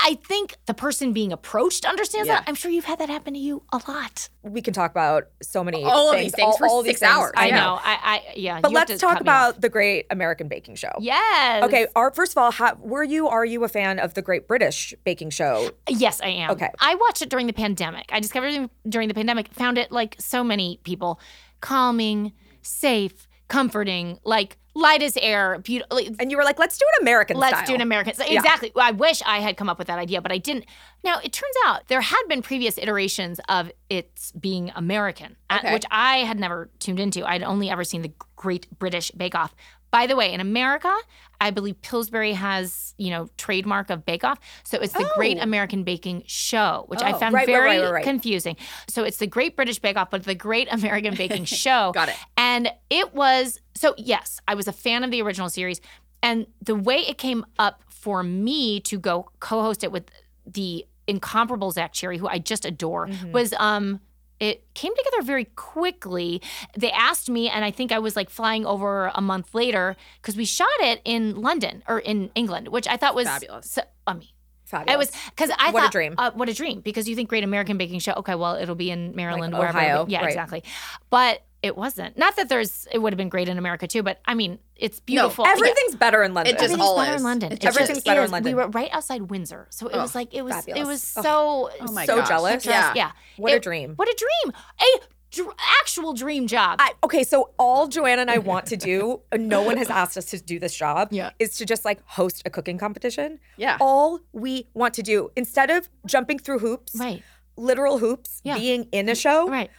Speaker 2: I think the person being approached understands
Speaker 4: Yeah.
Speaker 2: that. I'm sure you've had that happen to you a lot.
Speaker 3: we can talk about so many
Speaker 4: All of
Speaker 3: things,
Speaker 4: these things for six hours.
Speaker 2: I
Speaker 4: Yeah.
Speaker 2: know. I, I yeah.
Speaker 3: But
Speaker 2: you have
Speaker 3: let's
Speaker 2: to
Speaker 3: talk
Speaker 2: cut me off.
Speaker 3: about the Great American Baking Show.
Speaker 2: yes.
Speaker 3: Okay. Are, first of all, how, were you are you a fan of the Great British Baking Show?
Speaker 2: Yes, I am.
Speaker 3: Okay.
Speaker 2: I watched it during the pandemic. I discovered it during the pandemic. Found it like so many people, calming, safe, comforting, like light as air, beautiful.
Speaker 3: And you were like, let's do an American
Speaker 2: Let's
Speaker 3: style.
Speaker 2: do an American. So exactly. I wish I had come up with that idea, but I didn't. Now it turns out there had been previous iterations of its being American, uh,
Speaker 4: Okay.
Speaker 2: which I had never tuned into. I'd only ever seen the Great British Bake Off. By the way, in America, I believe Pillsbury has you know trademark of Bake Off, so it's the Great American Baking Show, which I found
Speaker 3: Oh. Right, right, right,
Speaker 2: very
Speaker 3: right, right.
Speaker 2: confusing. So it's the Great British Bake Off, but the Great
Speaker 3: (laughs)
Speaker 2: American Baking Show.
Speaker 4: Got it.
Speaker 2: And it was so yes, I was a fan of the original series, and the way it came up for me to go co-host it with the incomparable Zach Cherry, who I just adore, was um. It came together very quickly. They asked me, and I think I was like flying over a month later because we shot it in London or in England, which I thought was
Speaker 4: Fabulous.
Speaker 2: So, I mean,
Speaker 3: Fabulous.
Speaker 2: it was because I
Speaker 3: What a
Speaker 2: thought,
Speaker 3: dream.
Speaker 2: Uh, what a dream! Because you think Great American Baking Show. Okay, well, it'll be in Maryland, wherever. it'll
Speaker 3: Ohio,
Speaker 2: be. Yeah,
Speaker 3: right.
Speaker 2: exactly. But it wasn't. Not that there's. It would have been great in America too. But I mean, it's beautiful. Yeah.
Speaker 3: Everything's better in London.
Speaker 4: It just
Speaker 2: Everything's
Speaker 4: all
Speaker 2: better
Speaker 4: is.
Speaker 2: in London.
Speaker 4: It
Speaker 2: It
Speaker 4: just
Speaker 2: just
Speaker 3: is. Better in
Speaker 2: is.
Speaker 3: London.
Speaker 2: We were right outside Windsor, so it was like it was. It
Speaker 3: fabulous.
Speaker 2: was so.
Speaker 4: Oh my
Speaker 3: so
Speaker 4: gosh.
Speaker 3: jealous.
Speaker 4: Yeah.
Speaker 2: Yeah.
Speaker 3: What a
Speaker 2: It-
Speaker 3: dream.
Speaker 2: What a dream. A dr- actual dream job.
Speaker 3: I, okay, so all Joanna and I want to do, and no one has asked us to do this job,
Speaker 2: Yeah.
Speaker 3: is to just like host a cooking competition.
Speaker 4: Yeah.
Speaker 3: All we want to do, instead of jumping through hoops,
Speaker 2: right.
Speaker 3: literal hoops,
Speaker 2: Yeah.
Speaker 3: being in a show,
Speaker 2: Right.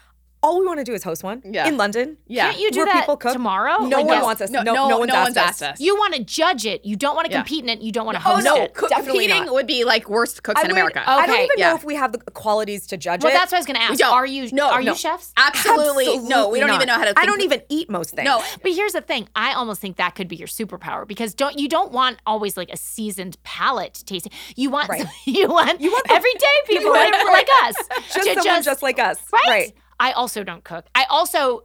Speaker 3: all we want to do is host one
Speaker 4: Yeah.
Speaker 3: in London.
Speaker 4: Yeah.
Speaker 2: Can't you do
Speaker 3: Where
Speaker 2: that
Speaker 3: people cook.
Speaker 2: tomorrow?
Speaker 3: No
Speaker 2: Like,
Speaker 3: one
Speaker 2: yes.
Speaker 3: wants us.
Speaker 4: No,
Speaker 3: No, no, one's, asked, us.
Speaker 2: You want to judge it. You don't want to
Speaker 4: Yeah.
Speaker 2: compete in it. You don't want to
Speaker 4: Oh
Speaker 2: host
Speaker 4: no,
Speaker 2: it.
Speaker 4: co-
Speaker 3: Definitely
Speaker 4: competing
Speaker 3: not.
Speaker 4: would be like worst cooks
Speaker 3: I
Speaker 4: in
Speaker 3: would- Oh,
Speaker 4: America.
Speaker 3: I don't
Speaker 2: Okay.
Speaker 3: even
Speaker 4: Yeah.
Speaker 3: know if we have the qualities to judge it.
Speaker 2: Well, that's what I was going to ask.
Speaker 4: don't.
Speaker 2: Are you
Speaker 4: No,
Speaker 2: are
Speaker 4: no.
Speaker 2: you chefs?
Speaker 4: Absolutely, no. We
Speaker 3: Absolutely
Speaker 4: don't even
Speaker 3: not.
Speaker 4: know how to.
Speaker 3: I
Speaker 4: think-
Speaker 3: don't even eat most things.
Speaker 4: (laughs) No,
Speaker 2: But here's the thing. I almost think that could be your superpower because don't you don't want always like a seasoned palate tasting. You want
Speaker 3: Right.
Speaker 2: (laughs) you want
Speaker 3: You want the-
Speaker 2: everyday
Speaker 3: (laughs)
Speaker 2: people
Speaker 3: you want-
Speaker 2: like, like us.
Speaker 3: (laughs) just
Speaker 2: to
Speaker 3: someone just like us.
Speaker 2: right? I also don't cook. I also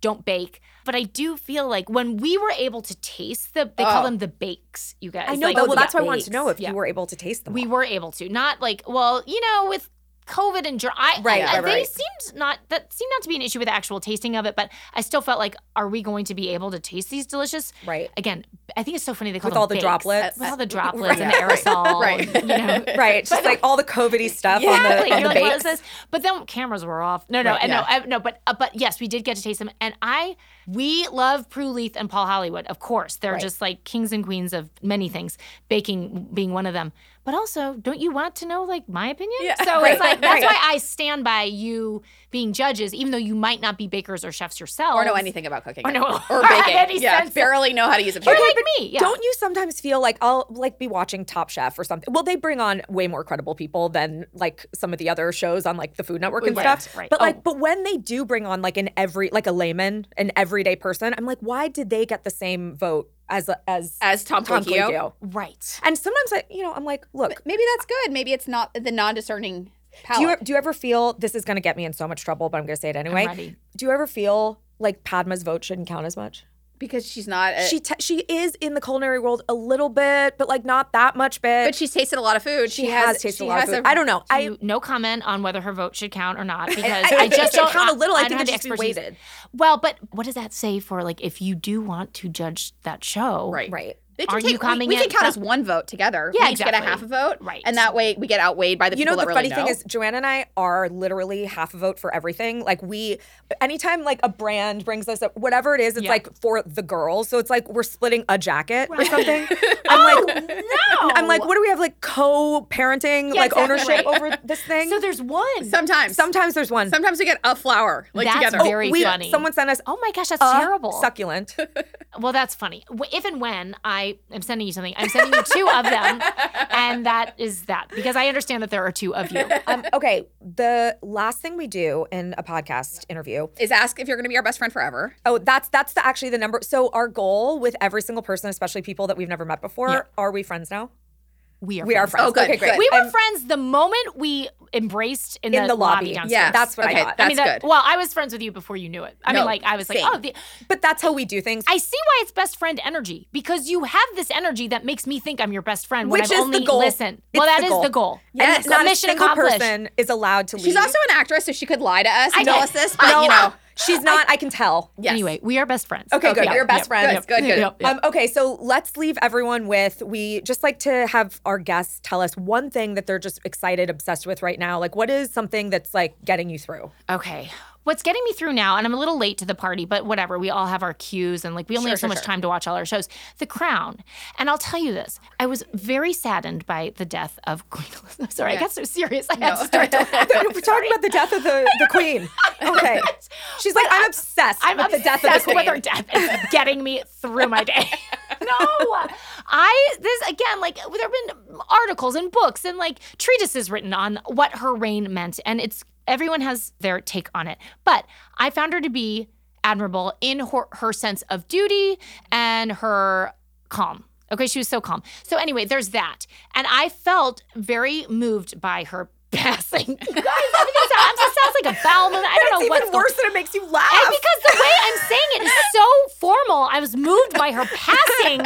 Speaker 2: don't bake. But I do feel like when we were able to taste the they call
Speaker 4: Oh.
Speaker 2: them the bakes, you guys.
Speaker 3: I know,
Speaker 2: Like,
Speaker 3: but well, that's why I wanted to
Speaker 2: bakes.
Speaker 3: know if
Speaker 2: Yeah.
Speaker 3: you were able to taste them.
Speaker 2: we
Speaker 3: all.
Speaker 2: were able to not like well you know with covid and dry I,
Speaker 3: Right,
Speaker 2: I-
Speaker 3: right,
Speaker 2: they
Speaker 3: right.
Speaker 2: seemed not that seemed not to be an issue with the actual tasting of it but i still felt like are we going to be able to taste these delicious
Speaker 3: right.
Speaker 2: again i think it's so funny they call
Speaker 3: With
Speaker 2: them
Speaker 3: all the
Speaker 2: bakes. Uh,
Speaker 3: droplets.
Speaker 2: with all the droplets and
Speaker 3: (laughs)
Speaker 2: the
Speaker 3: Right.
Speaker 2: aerosol
Speaker 4: Right.
Speaker 2: and, you know
Speaker 3: (laughs) Right. It's just like all the COVIDy stuff on the,
Speaker 2: Exactly.
Speaker 3: on the
Speaker 2: You're like, what is
Speaker 3: bakes.
Speaker 2: this? But then cameras were off. No, no,
Speaker 4: Right,
Speaker 2: and
Speaker 4: yeah.
Speaker 2: no, I, no. But uh, but yes, we did get to taste them, and I we love Prue Leith and Paul Hollywood. Of course, they're just like kings and queens of many things, baking being one of them. But also, don't you want to know like my opinion?
Speaker 4: Yeah.
Speaker 3: (laughs)
Speaker 2: So
Speaker 3: Right,
Speaker 2: it's like that's
Speaker 3: right.
Speaker 2: why I stand by you being judges, even though you might not be bakers or chefs yourself
Speaker 4: or know anything about cooking
Speaker 2: Or know-
Speaker 3: (laughs)
Speaker 4: or
Speaker 2: or have
Speaker 4: baking.
Speaker 2: any
Speaker 4: Yeah,
Speaker 2: sense of-
Speaker 4: barely know how to use a
Speaker 2: You're
Speaker 4: pan.
Speaker 2: like me. Yeah.
Speaker 3: Don't you sometimes feel like I'll like be watching Top Chef or something? Well, they bring on way more credible people than like some of the other shows on like the Food Network and
Speaker 2: Right,
Speaker 3: stuff.
Speaker 2: right.
Speaker 3: But
Speaker 2: Oh.
Speaker 3: like, but when they do bring on like an every like a layman, an everyday person, I'm like, why did they get the same vote as as
Speaker 4: As Tom Colicchio?
Speaker 2: right.
Speaker 3: And sometimes I, you know, I'm like, look,
Speaker 4: Maybe that's good. Maybe it's not the non-discerning palate.
Speaker 3: do you e-, do you ever feel this is going to get me in so much trouble? But I'm going to say it anyway.
Speaker 2: ready.
Speaker 3: Do you ever feel like Padma's vote shouldn't count as much?
Speaker 4: because she's not. A,
Speaker 3: she te- she is in the culinary world a little bit, but like not that much bit.
Speaker 4: but she's tasted a lot of food.
Speaker 3: she, has, tasted a lot of food. I I don't know. (laughs)
Speaker 2: I,
Speaker 3: I
Speaker 2: no comment on whether her vote should count or not because
Speaker 3: I,
Speaker 2: I, just
Speaker 3: think it
Speaker 2: don't
Speaker 3: should count a little. I,
Speaker 2: don't
Speaker 3: think
Speaker 2: have
Speaker 3: it should
Speaker 2: the
Speaker 3: be
Speaker 2: expertise.
Speaker 3: weighted.
Speaker 2: Well, but what does that say for like if you do want to judge that show?
Speaker 4: Right.
Speaker 3: Right.
Speaker 4: They can
Speaker 2: Are
Speaker 4: take,
Speaker 2: you coming
Speaker 4: We, we
Speaker 2: in
Speaker 4: can count
Speaker 2: from-
Speaker 4: as one vote together.
Speaker 2: Yeah,
Speaker 4: we each get a
Speaker 2: exactly.
Speaker 4: half a vote,
Speaker 2: Right.
Speaker 4: And that way we get outweighed by the
Speaker 3: You know
Speaker 4: people
Speaker 3: the
Speaker 4: that
Speaker 3: funny
Speaker 4: really
Speaker 3: thing
Speaker 4: know.
Speaker 3: is Joanna and I are literally half a vote for everything. Like we, anytime like a brand brings us up, whatever it is, it's
Speaker 2: Yeah.
Speaker 3: like for the girls. So it's like we're splitting a jacket or
Speaker 2: (laughs)
Speaker 3: something. I'm like,
Speaker 2: Oh, No.
Speaker 3: I'm like, what do we have like co-parenting,
Speaker 2: Yeah,
Speaker 3: like
Speaker 2: exactly.
Speaker 3: ownership
Speaker 2: Right.
Speaker 3: over this thing?
Speaker 2: (laughs) So there's one.
Speaker 4: sometimes, sometimes,
Speaker 3: Sometimes there's one.
Speaker 4: sometimes we get a flower like
Speaker 2: That's
Speaker 4: together.
Speaker 2: Oh, very
Speaker 3: we,
Speaker 2: funny.
Speaker 3: Someone "Uh, sent us.
Speaker 2: oh my gosh, that's
Speaker 3: a
Speaker 2: terrible.
Speaker 3: Succulent.
Speaker 2: (laughs) Well, that's funny. W- If and when I am sending you something, I'm sending you two of
Speaker 4: (laughs)
Speaker 2: them, and that is that because I understand that there are two of you.
Speaker 3: um, okay, the last thing we do in a podcast interview.
Speaker 4: is ask if you're going to be our best friend forever.
Speaker 3: Oh, that's that's the, actually the number. So our goal with every single person, especially people that we've never met before,
Speaker 2: Yeah.
Speaker 3: are we friends now?
Speaker 2: We are.
Speaker 3: We are friends.
Speaker 4: Oh, good,
Speaker 3: okay, great.
Speaker 4: good.
Speaker 2: We were
Speaker 3: I'm-
Speaker 2: friends the moment we embraced in,
Speaker 3: In the lobby.
Speaker 2: downstairs.
Speaker 4: Yeah,
Speaker 3: That's what I
Speaker 4: okay,
Speaker 3: thought.
Speaker 4: That's
Speaker 2: I mean, that,
Speaker 4: good.
Speaker 2: well, I was friends with you before you knew it. I
Speaker 4: No,
Speaker 2: mean, like, I was like,
Speaker 4: same.
Speaker 2: oh, the,
Speaker 3: but that's how we do things.
Speaker 2: I see why it's best friend energy because you have this energy that makes me think I'm your best friend when
Speaker 3: Which
Speaker 2: I've
Speaker 3: is
Speaker 2: only
Speaker 3: the goal.
Speaker 2: listened.
Speaker 3: It's
Speaker 2: well, that
Speaker 3: the
Speaker 2: is
Speaker 3: goal.
Speaker 2: the goal.
Speaker 3: yes,
Speaker 2: And
Speaker 3: not a
Speaker 2: mission
Speaker 3: single
Speaker 2: accomplished.
Speaker 3: person is allowed to leave.
Speaker 4: She's also an actress, so she could lie to us and tell
Speaker 2: did.
Speaker 4: us this. But
Speaker 2: (laughs)
Speaker 4: you know,
Speaker 3: she's not. I, can tell.
Speaker 4: yes.
Speaker 2: Anyway, we are best friends.
Speaker 3: Okay, good.
Speaker 4: Yeah,
Speaker 3: We're best
Speaker 4: yeah,
Speaker 3: friends.
Speaker 4: Good, good, good.
Speaker 2: Yep, yep.
Speaker 3: Um, okay, so let's leave everyone with we just like to have our guests tell us one thing that they're just excited, obsessed with right now. Like, what is something that's like getting you through?
Speaker 2: Okay. What's getting me through now, and I'm a little late to the party, but whatever, we all have our cues and like we only have so much time to watch all our shows. The Crown. And I'll tell you this I was very saddened by the death of Queen Elizabeth. (laughs) I'm sorry, I got so serious. I
Speaker 3: (laughs)
Speaker 2: had to start to laugh.
Speaker 3: We're talking about the death of
Speaker 2: (laughs)
Speaker 3: the, the queen. Okay. She's like, I'm obsessed
Speaker 2: I'm
Speaker 3: with the death of the
Speaker 2: obsessed
Speaker 3: queen.
Speaker 2: with her death. It's getting me through my (laughs) day. no, I this again. Like there have been articles and books and like treatises written on what her reign meant, and it's everyone has their take on it. But I found her to be admirable in her, her sense of duty and her calm. Okay, she was so calm. So anyway, there's that, and I felt very moved by her (laughs) passing. You guys, everything sounds, it sounds like a bowel movement. I don't know
Speaker 3: It's
Speaker 2: what's
Speaker 3: even
Speaker 2: going-
Speaker 3: worse that it makes you laugh.
Speaker 2: and because the way I'm saying it is so formal, I was moved by her passing.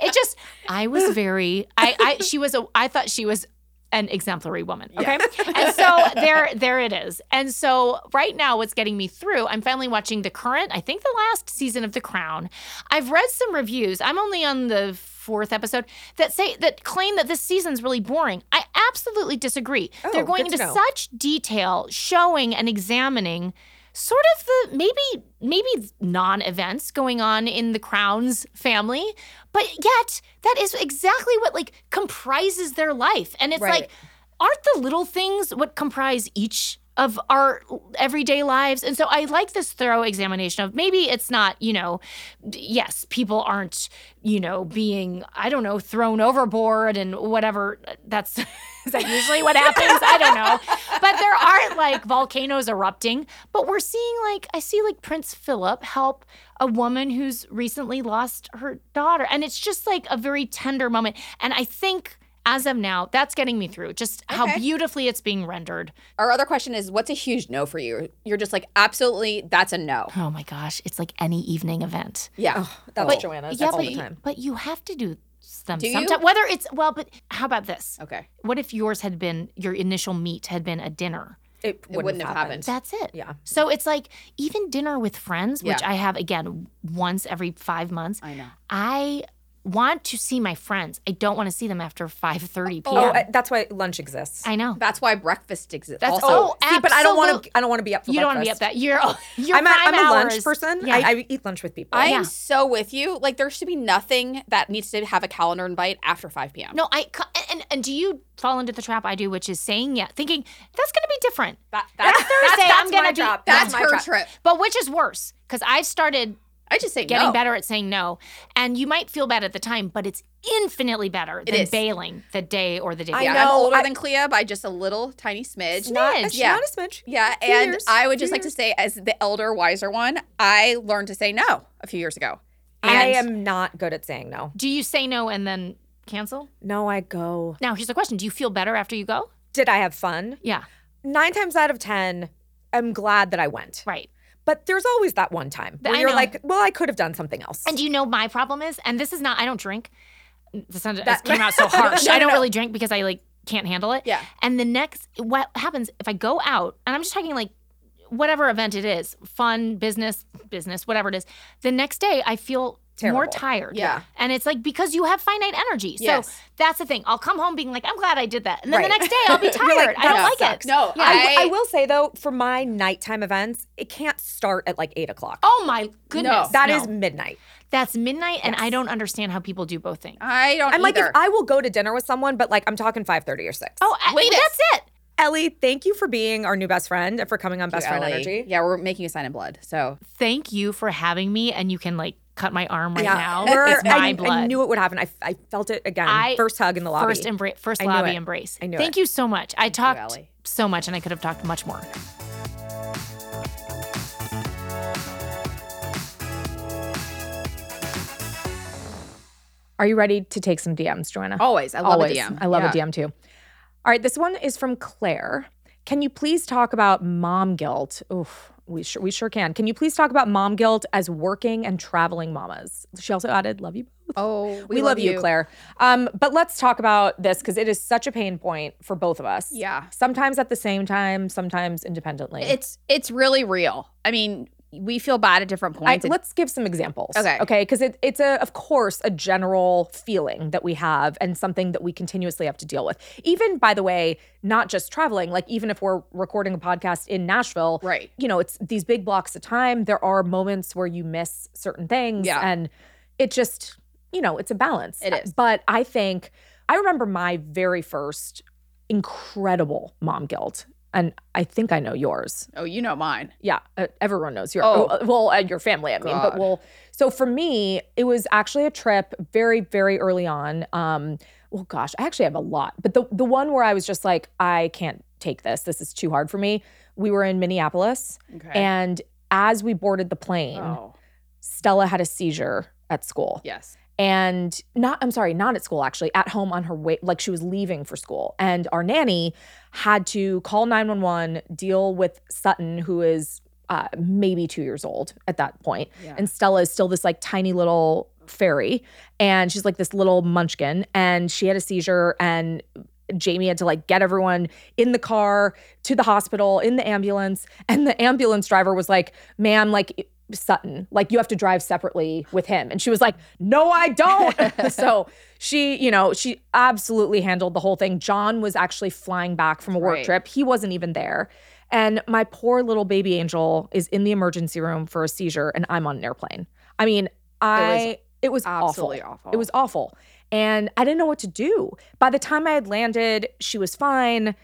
Speaker 2: It just, I was very, I, I, she was a, I thought she was an exemplary woman. Okay, and so there, there it is. And so right now, what's getting me through? I'm finally watching the current, I think the last season of The Crown. I've read some reviews. I'm only on the fourth episode that say that claim that this season's really boring. I absolutely disagree. They're going
Speaker 3: Oh, good to
Speaker 2: into
Speaker 3: know.
Speaker 2: such detail showing and examining sort of the maybe maybe non-events going on in the crown's family but yet that is exactly what like comprises their life and it's
Speaker 7: Right.
Speaker 2: like aren't the little things what comprise each of our everyday lives and so i like this thorough examination of maybe it's not you know d- yes people aren't you know being i don't know thrown overboard and whatever that's (laughs) is that usually what happens i don't know but there aren't like volcanoes erupting but we're seeing like i see like prince philip help a woman who's recently lost her daughter and it's just like a very tender moment and i think as of now, that's getting me through. Just how
Speaker 4: Okay.
Speaker 2: beautifully it's being rendered.
Speaker 4: Our other question is what's a huge no for you? You're just like, absolutely, that's a no.
Speaker 2: Oh my gosh, it's like any evening event.
Speaker 4: Yeah.
Speaker 7: That's
Speaker 2: But-
Speaker 7: Joanna. Oh, That's
Speaker 2: yeah,
Speaker 7: all
Speaker 2: but,
Speaker 7: the
Speaker 2: you-
Speaker 7: time.
Speaker 2: but you have to do them
Speaker 4: Do you?
Speaker 2: sometime. Whether it's well, but how about this?
Speaker 4: Okay.
Speaker 2: What if yours had been your initial meet had been a dinner?
Speaker 7: It
Speaker 4: It wouldn't have happened.
Speaker 2: That's it.
Speaker 7: Yeah.
Speaker 2: So it's like even dinner with friends, which
Speaker 4: Yeah.
Speaker 2: I have again once every five months.
Speaker 4: I know.
Speaker 2: I want to see my friends. I don't want to see them after five thirty p.m.
Speaker 7: Oh,
Speaker 3: uh,
Speaker 7: I- that's why lunch exists.
Speaker 2: I know.
Speaker 4: That's why breakfast exists.
Speaker 2: That's
Speaker 4: also,
Speaker 2: oh,
Speaker 7: See, but I don't want
Speaker 2: absolute-
Speaker 7: to. I don't want to be up. For
Speaker 2: You don't want to be up
Speaker 7: breakfast.
Speaker 2: that. You're. (laughs) Your
Speaker 7: I'm a,
Speaker 2: prime
Speaker 7: I'm a lunch
Speaker 2: hours-
Speaker 7: person.
Speaker 2: Yeah.
Speaker 7: I, I eat lunch with people.
Speaker 4: I am
Speaker 2: Yeah.
Speaker 4: so with you. Like, there should be nothing that needs to have a calendar invite after 5 p.m.
Speaker 2: No, I co- and- and and do you fall into the trap I do, which is saying yeah, thinking that's going to be different.
Speaker 4: That, that's
Speaker 2: Thursday, I'm gonna
Speaker 7: my
Speaker 2: be-
Speaker 7: job.
Speaker 4: that's,
Speaker 7: my
Speaker 4: her
Speaker 7: job.
Speaker 4: trip.
Speaker 2: But which is worse? Because I've started
Speaker 4: I just say
Speaker 2: getting
Speaker 4: no.
Speaker 2: better at saying no, and you might feel bad at the time, but it's infinitely better than
Speaker 4: is.
Speaker 2: bailing the day or the day.
Speaker 7: I
Speaker 4: Yeah,
Speaker 2: before.
Speaker 4: I'm
Speaker 7: know,
Speaker 4: older
Speaker 7: I-
Speaker 4: than Clea by just a little tiny smidge.
Speaker 7: Not,
Speaker 2: Smidge.
Speaker 7: it's
Speaker 4: Yeah.
Speaker 7: not a smidge.
Speaker 4: Yeah,
Speaker 7: Few
Speaker 4: and
Speaker 7: years,
Speaker 4: I would just
Speaker 7: few
Speaker 4: like to
Speaker 7: years.
Speaker 4: say, as the elder, wiser one, I learned to say no a few years ago. And
Speaker 7: I am not good at saying no.
Speaker 2: Do you say no and then cancel?
Speaker 7: No, I go.
Speaker 2: Now here's the question: Do you feel better after you go?
Speaker 7: Did I have fun?
Speaker 2: Yeah,
Speaker 7: Nine times out of ten, I'm glad that I went.
Speaker 2: right.
Speaker 7: But there's always that one time
Speaker 2: Th-
Speaker 7: where
Speaker 2: I
Speaker 7: you're
Speaker 2: know.
Speaker 7: like, well, I could have done something else.
Speaker 2: And do you know my problem is? And this is not. I don't drink. This sounded, it came
Speaker 7: (laughs)
Speaker 2: out so harsh. I don't really drink because I like can't handle it.
Speaker 4: Yeah.
Speaker 2: And the next, what happens if I go out, and I'm just talking like whatever event it is, fun, business, business, whatever it is, the next day I feel
Speaker 7: Terrible.
Speaker 2: more tired.
Speaker 4: Yeah.
Speaker 2: And it's like because you have finite energy. So
Speaker 4: Yes.
Speaker 2: that's the thing. I'll come home being like, I'm glad I did that. And then the
Speaker 7: Right.
Speaker 2: next day I'll
Speaker 7: (laughs)
Speaker 2: be
Speaker 7: You're
Speaker 2: tired.
Speaker 7: like,
Speaker 2: I don't
Speaker 7: that
Speaker 2: like
Speaker 7: sucks.
Speaker 2: it.
Speaker 4: No,
Speaker 7: I, w- I
Speaker 4: I,
Speaker 7: will say though, for my nighttime events, it can't start at like eight o'clock.
Speaker 2: Oh my goodness.
Speaker 7: that is
Speaker 2: no.
Speaker 7: midnight.
Speaker 2: that's midnight and I don't understand how people do both
Speaker 7: Uh,
Speaker 2: things.
Speaker 4: I don't
Speaker 7: I'm like, if
Speaker 4: either.
Speaker 7: I will go to dinner with someone, but like I'm talking five thirty or six.
Speaker 2: Oh, I-
Speaker 4: Wait a-
Speaker 2: that's it.
Speaker 7: Ellie, thank you for being our new best friend and for coming on Best Friend
Speaker 4: Ellie.
Speaker 7: Energy.
Speaker 4: Yeah, we're making a sign in blood. So
Speaker 2: Thank you for having me and you can like cut my arm right now.
Speaker 7: We're-
Speaker 2: it's my
Speaker 7: I,
Speaker 2: blood.
Speaker 7: I knew it would happen. I, I felt it again.
Speaker 2: I-
Speaker 7: first hug in the lobby.
Speaker 2: First embrace, first
Speaker 7: I knew
Speaker 2: lobby
Speaker 7: it.
Speaker 2: embrace.
Speaker 7: I knew
Speaker 2: Thank
Speaker 7: it.
Speaker 2: you so much. I talked
Speaker 4: Ellie.
Speaker 2: so much, and I could have talked much more.
Speaker 3: Are you ready to take some DMs, Joanna?
Speaker 2: Oh,
Speaker 4: always, I love
Speaker 3: Always.
Speaker 4: a DM.
Speaker 3: I love
Speaker 4: Yeah.
Speaker 3: a DM too. All right, this one is from Claire. Can you please talk about mom guilt? Oof, we sure we sure can. Can you please talk about mom guilt as working and traveling mamas? She also added, "Love you both."
Speaker 4: Oh,
Speaker 3: we, love, you, Claire. Um, but let's talk about this because it is such a pain point for both of us.
Speaker 4: Yeah.
Speaker 3: Sometimes at the same time, sometimes independently.
Speaker 4: It's it's really real. I mean, we feel bad at different
Speaker 3: I,
Speaker 4: points. It-
Speaker 3: let's give some examples.
Speaker 4: Okay.
Speaker 3: Okay. Because it, it's a, of course, a general feeling that we have and something that we continuously have to deal with. Even, by the way, not just traveling. Like even if we're recording a podcast in Nashville,
Speaker 4: Right.
Speaker 3: You know, it's these big blocks of time. There are moments where you miss certain things,
Speaker 4: Yeah.
Speaker 3: and it just, you know, it's a balance.
Speaker 4: It is.
Speaker 3: But I think I remember my very first incredible mom guilt, and I think I know yours
Speaker 4: oh, you know mine.
Speaker 3: yeah, uh, everyone knows your
Speaker 4: Oh.
Speaker 3: oh, well, uh, your family. I mean, but
Speaker 4: God.
Speaker 3: well, so for me, it was actually a trip very, very early on. Um, well, gosh, I actually have a lot, but the the one where I was just like, I can't take this. This is too hard for me. We were in Minneapolis,
Speaker 4: Okay.
Speaker 3: and as we boarded the plane,
Speaker 4: oh,
Speaker 3: Stella had a seizure at school
Speaker 4: yes.
Speaker 3: and not I'm sorry, not at school actually, at home on her way like she was leaving for school and our nanny had to call 911, deal with Sutton who is uh, maybe 2 years old at that point.
Speaker 4: Yeah.
Speaker 3: And Stella is still this like tiny little fairy and she's like this little munchkin and she had a seizure and Jamie had to like get everyone in the car to the hospital in the ambulance and the ambulance driver was like ma'am like Sutton like you have to drive separately with him and she was like no I don't (laughs) so she you know she absolutely handled the whole thing John was actually flying back from a work
Speaker 4: Right.
Speaker 3: trip he wasn't even there And my poor little baby angel is in the emergency room for a seizure, and I'm on an airplane. I mean, I it was,
Speaker 1: absolutely
Speaker 3: awful.
Speaker 1: awful.
Speaker 3: It was awful, and I didn't know what to do. By the time I had landed, she was fine,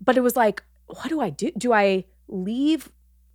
Speaker 3: but it was like, what do I do? Do I leave?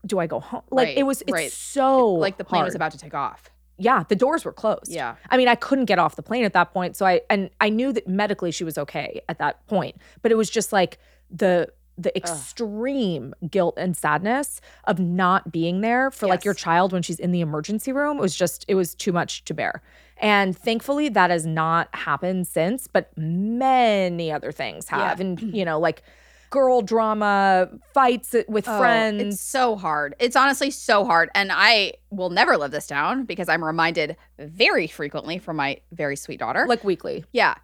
Speaker 3: Do I go home? Like it
Speaker 1: Right,
Speaker 3: was. It's
Speaker 1: right.
Speaker 3: so
Speaker 1: like the plane
Speaker 3: hard.
Speaker 1: was about to take off.
Speaker 3: Yeah, the doors were closed.
Speaker 1: Yeah.
Speaker 3: I mean, I couldn't get off the plane at that point. So I and I knew that medically she was okay at that point, but it was just like the the extreme guilt and sadness of not being there for like your
Speaker 1: Yes.
Speaker 3: child when she's in the emergency room. It was just it was too much to bear. And thankfully that has not happened since, but many other things have.
Speaker 4: (clears throat)
Speaker 3: And you know, like girl drama, fights with
Speaker 1: Oh,
Speaker 3: friends.
Speaker 1: It's so hard.
Speaker 4: It's honestly so hard. And I will never live this down because I'm reminded very frequently from my very sweet daughter.
Speaker 3: Like weekly.
Speaker 4: Yeah.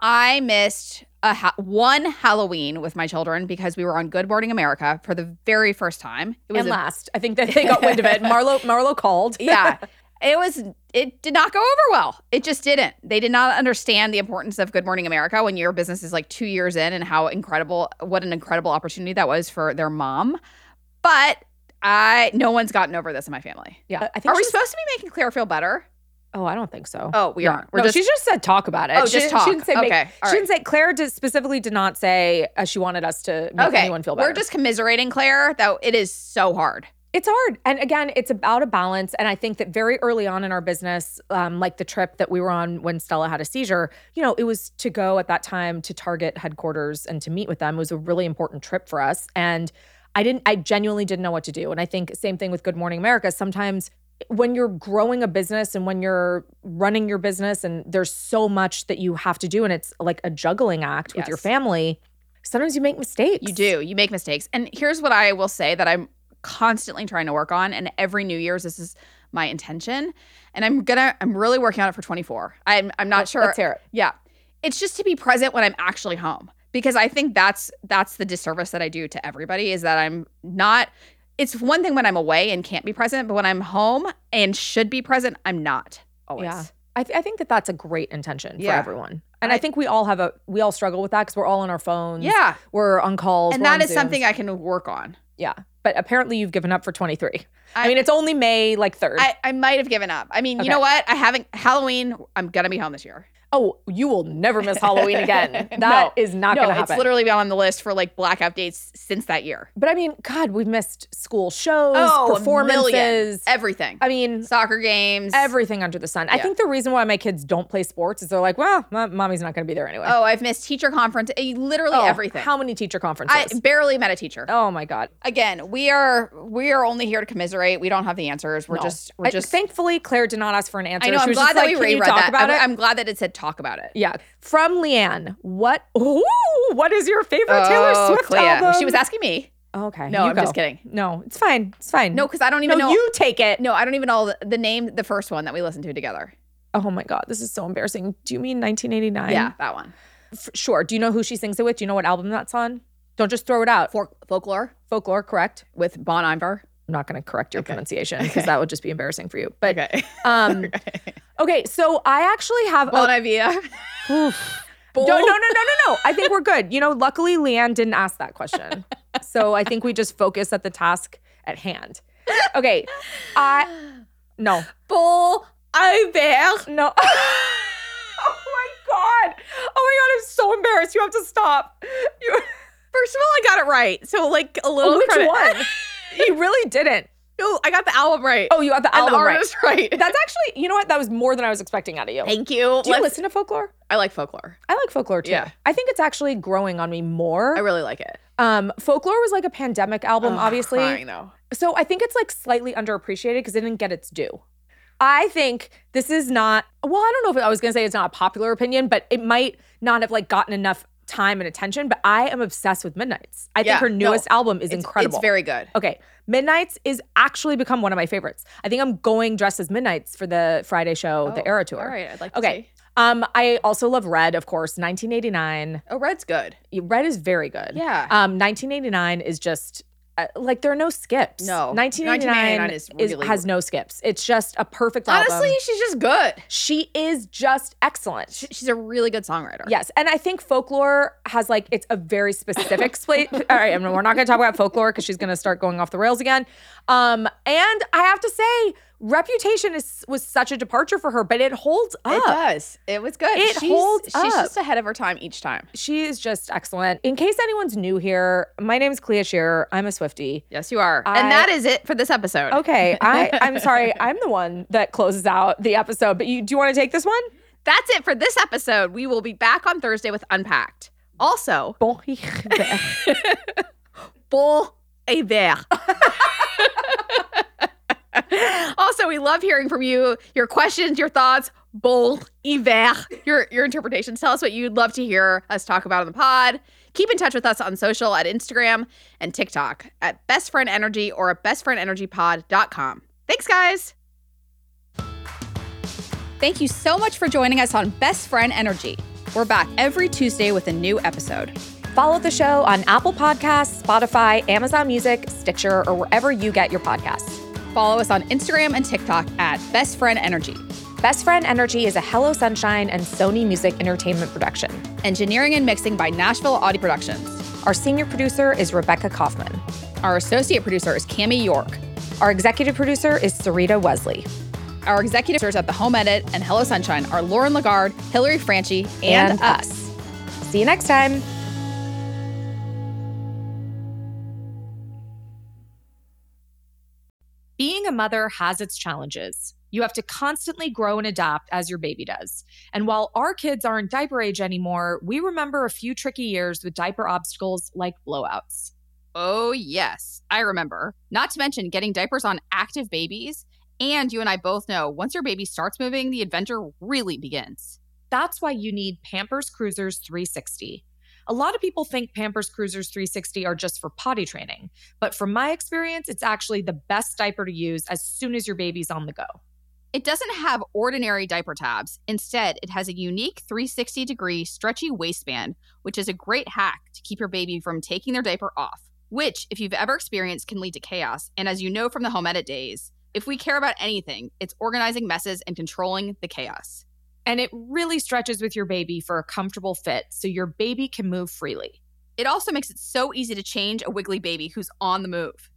Speaker 4: I missed a ha- one Halloween with my children because we were on Good Morning America for the very first time. It was
Speaker 3: and
Speaker 4: a-
Speaker 3: last. I think that they got wind of
Speaker 4: (laughs)
Speaker 3: it. Marlo Marlo called. (laughs)
Speaker 4: yeah. (laughs) It was it did not go over well. It just didn't. They did not understand the importance of Good Morning America when your business is like 2 years in and how incredible what an incredible opportunity that was for their mom. But I no one's gotten over this in my family.
Speaker 3: Yeah. I think
Speaker 4: Are we
Speaker 3: she's-
Speaker 4: supposed to be making Claire feel better?
Speaker 3: Oh, I don't think so.
Speaker 4: Oh, we
Speaker 3: No.
Speaker 4: aren't. We're
Speaker 3: No,
Speaker 4: just
Speaker 3: she just said talk about it.
Speaker 4: Oh,
Speaker 3: she,
Speaker 4: just
Speaker 3: didn't-
Speaker 4: talk.
Speaker 3: She didn't say make-
Speaker 4: Okay. All
Speaker 3: she didn't say Claire did, specifically did not say uh, she wanted us to make
Speaker 4: okay.
Speaker 3: anyone feel better.
Speaker 4: We're just commiserating Claire, though it is so hard.
Speaker 3: it's hard, and again, it's about a balance. And I think that very early on in our business, um, like the trip that we were on when Stella had a seizure, you know, it was to go at that time to Target headquarters and to meet with them. It was a really important trip for us, and I didn't. I genuinely didn't know what to do. And I think same thing with Good Morning America. Sometimes when you're growing a business and when you're running your business and there's so much that you have to do and it's like a juggling act with your
Speaker 1: Yes.
Speaker 3: family sometimes you make mistakes
Speaker 4: You do. You make mistakes. And here's what I will say that I'm constantly trying to work on. And every New Year's, this is my intention. And I'm gonna, I'm really working on it for 24. I'm, I'm not sure.
Speaker 3: let's hear it
Speaker 4: Yeah. It's just to be present when I'm actually home because I think that's that's the disservice that I do to everybody is that I'm not it's one thing when I'm away and can't be present, but when I'm home and should be present, I'm not always.
Speaker 3: Yeah. I, th- I think that that's a great intention for
Speaker 4: Yeah.
Speaker 3: everyone and I, think we all have a we all struggle with that because we're all on our phones
Speaker 4: Yeah.
Speaker 3: we're on calls
Speaker 4: And that is something I can work on.
Speaker 3: yeah but apparently you've given up for 23 i,
Speaker 4: I-
Speaker 3: mean it's only may like 3rd
Speaker 4: I, I might have given up. I mean,
Speaker 3: Okay.
Speaker 4: you know what? I haven't Halloween, I'm gonna be home this year.
Speaker 3: oh you will never miss
Speaker 4: (laughs)
Speaker 3: halloween again That is not
Speaker 4: no,
Speaker 3: gonna
Speaker 4: it's
Speaker 3: happen
Speaker 4: literally been on the list for like blackout dates since that year.
Speaker 3: but i mean god we've missed school shows
Speaker 4: Oh, a million.
Speaker 3: performances
Speaker 4: Everything.
Speaker 3: i mean
Speaker 4: Soccer games.
Speaker 3: everything under the sun. I
Speaker 4: Yeah.
Speaker 3: think the reason why my kids don't play sports is they're like, well, mo- mommy's not going to be there anyway.
Speaker 4: Oh, I've missed teacher conference. eh, Literally
Speaker 3: Oh,
Speaker 4: everything.
Speaker 3: How many teacher
Speaker 4: I
Speaker 3: conferences?
Speaker 4: barely met a teacher.
Speaker 3: oh my god.
Speaker 4: Again, we are we are only here to commiserate. We don't have the answers. We're
Speaker 3: No.
Speaker 4: just we're
Speaker 3: I-
Speaker 4: just.
Speaker 3: thankfully Claire did not ask for an answer.
Speaker 4: I know.
Speaker 3: She
Speaker 4: I'm
Speaker 3: was just
Speaker 4: glad that
Speaker 3: like,
Speaker 4: we
Speaker 3: "Can you
Speaker 4: reread
Speaker 3: talk
Speaker 4: that.
Speaker 3: about
Speaker 4: I'm,
Speaker 3: it.
Speaker 4: I'm glad that it said talk about it.
Speaker 3: yeah. From Leanne, what? (laughs) Ooh, what is your favorite Taylor Swift
Speaker 4: Oh, Clea.
Speaker 3: album?
Speaker 4: She was asking me.
Speaker 3: Okay.
Speaker 4: No,
Speaker 3: you
Speaker 4: I'm
Speaker 3: go.
Speaker 4: just kidding.
Speaker 3: No, it's fine. It's fine.
Speaker 4: No, because I don't
Speaker 3: no,
Speaker 4: even know.
Speaker 3: you take it.
Speaker 4: no, I don't even know the, the name. The first one that we listened to together.
Speaker 3: Oh my god, this is so embarrassing. Do you mean 1989?
Speaker 4: yeah, that one.
Speaker 3: F- sure. Do you know who she sings it with? Do you know what album that's on? Don't just throw it out.
Speaker 4: Folk, folklore
Speaker 3: Folklore, correct?
Speaker 4: with Bon Iver.
Speaker 3: I'm not going to correct your pronunciation because
Speaker 4: Okay.
Speaker 3: that would just be embarrassing for you. But (laughs)
Speaker 1: Okay.
Speaker 3: um, okay, so I actually have a-
Speaker 4: Bon Iver. (laughs)
Speaker 3: no, no, no, no,
Speaker 4: Oh.
Speaker 3: no, no. I think we're good. You know, luckily Leanne didn't ask that question, so I think we just focus at the task at hand. Okay, I no
Speaker 4: Bon Iver.
Speaker 3: no. (laughs) Oh my god! Oh my god! I'm so embarrassed. You have to stop.
Speaker 4: (laughs)
Speaker 3: You,
Speaker 4: First of all, I got it right. So like a little
Speaker 3: Oh, which
Speaker 4: credit.
Speaker 3: one? You really didn't.
Speaker 4: (laughs) No, I got the album right.
Speaker 3: Oh, you got the
Speaker 4: and
Speaker 3: album
Speaker 4: the
Speaker 3: right.
Speaker 4: artist right.
Speaker 3: That's actually, you know what? That was more than I was expecting out of you.
Speaker 4: Thank you.
Speaker 3: Do you
Speaker 4: Let's-
Speaker 3: listen to folklore?
Speaker 4: I like folklore.
Speaker 3: I like folklore too.
Speaker 4: Yeah.
Speaker 3: I think it's actually growing on me more.
Speaker 4: I really like it.
Speaker 3: um, folklore was like a pandemic album, obviously.
Speaker 4: I know.
Speaker 3: So I think it's like slightly underappreciated because it didn't get its due. I think this is not well, I don't know if I was gonna say it's not a popular opinion, but it might not have like gotten enough time and attention. But I am obsessed with Midnight's. I
Speaker 4: Yeah,
Speaker 3: think her
Speaker 4: no,
Speaker 3: newest album is incredible.
Speaker 4: It's very good.
Speaker 3: Okay, Midnight's is actually become one of my favorites. I think I'm going dressed as Midnight's for the Friday show, Oh, the Era Tour.
Speaker 4: Oh, All right, I'd like to
Speaker 3: Okay.
Speaker 4: see.
Speaker 3: Um, I also love Red, of course, 1989.
Speaker 4: Oh, red's good.
Speaker 3: Red is very good.
Speaker 4: Yeah.
Speaker 3: Um, 1989 is just uh, like there are no skips.
Speaker 4: No.
Speaker 3: 1989
Speaker 4: 1989
Speaker 3: is,
Speaker 4: is really-
Speaker 3: has no skips. It's just a perfect album.
Speaker 4: Honestly, she's just good.
Speaker 3: she is just excellent.
Speaker 4: Sh- She's a really good songwriter.
Speaker 3: Yes, and I think folklore has like it's a very specific (laughs) split. All right, I'm- we're not going to talk about folklore because she's going to start going off the rails again. Um, and I have to say, Reputation is was such a departure for her, but it holds up.
Speaker 4: It does. It was good.
Speaker 3: It
Speaker 4: she's,
Speaker 3: holds
Speaker 4: She's
Speaker 3: up.
Speaker 4: just ahead of her time each time.
Speaker 3: She is just excellent. In case anyone's new here, my name is Clea Shearer. I'm a Swifty.
Speaker 4: Yes, you are.
Speaker 3: I-
Speaker 4: and that is it for this episode.
Speaker 3: Okay, I, I'm sorry. I'm the one that closes out the episode. But you do you want to take this one?
Speaker 4: That's it for this episode. We will be back on Thursday with Unpacked. Also,
Speaker 3: Bon.
Speaker 4: bon (laughs) hiver. also, we love hearing from you. Your questions, your thoughts. Bon hiver. Your your interpretations. Tell us what you'd love to hear us talk about on the pod. Keep in touch with us on social at Instagram and TikTok at Best Friend Energy or at bestfriendenergypod.com. Thanks, guys. Thank you so much for joining us on Best Friend Energy. We're back every Tuesday with a new episode.
Speaker 3: (laughs) Follow the show on Apple Podcasts, Spotify, Amazon Music, Stitcher, or wherever you get your podcasts.
Speaker 4: Follow us on Instagram and TikTok at Best Friend Energy.
Speaker 3: Best Friend Energy is a Hello Sunshine and Sony Music Entertainment production.
Speaker 4: Engineering and mixing by Nashville Audio Productions.
Speaker 3: Our senior producer is Rebecca Kaufman.
Speaker 4: Our associate producer is Cami York.
Speaker 3: Our executive producer is Sarita Wesley.
Speaker 4: Our executive producers at The Home Edit and Hello Sunshine are Lauren Lagarde, Hillary Franchi, and,
Speaker 3: And
Speaker 4: us.
Speaker 3: See you next time.
Speaker 7: Being a mother has its challenges. You have to constantly grow and adapt as your baby does. And while our kids aren't diaper age anymore, we remember a few tricky years with diaper obstacles like blowouts.
Speaker 4: Oh, yes, I remember. Not to mention getting diapers on active babies. And you and I both know once your baby starts moving, the adventure really begins.
Speaker 7: That's why you need Pampers Cruisers 360. A lot of people think Pampers Cruisers 360 are just for potty training, but from my experience, it's actually the best diaper to use as soon as your baby's on the go.
Speaker 4: It doesn't have ordinary diaper tabs. Instead, it has a unique 360 degree stretchy waistband, which is a great hack to keep your baby from taking their diaper off, which, if you've ever experienced, can lead to chaos. And as you know from the home edit days, if we care about anything, it's organizing messes and controlling the chaos.
Speaker 7: And it really stretches with your baby for a comfortable fit so your baby can move freely.
Speaker 4: It also makes it so easy to change a wiggly baby who's on the move.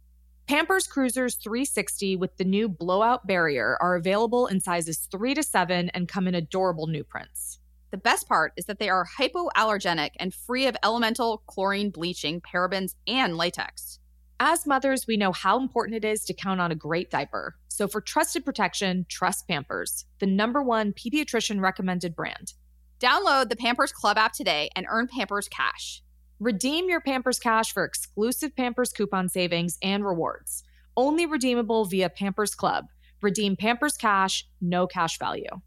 Speaker 7: Pampers Cruisers 360 with the new blowout barrier are available in sizes 3 to 7 and come in adorable new prints.
Speaker 4: The best part is that they are hypoallergenic and free of elemental, chlorine, bleaching, parabens, and latex.
Speaker 7: As mothers, we know how important it is to count on a great diaper. So for trusted protection, trust Pampers, the number 1 pediatrician recommended brand.
Speaker 4: Download the Pampers Club app today and earn Pampers Cash.
Speaker 7: Redeem your Pampers Cash for exclusive Pampers coupon savings and rewards. Only redeemable via Pampers Club. Redeem Pampers Cash, no cash value.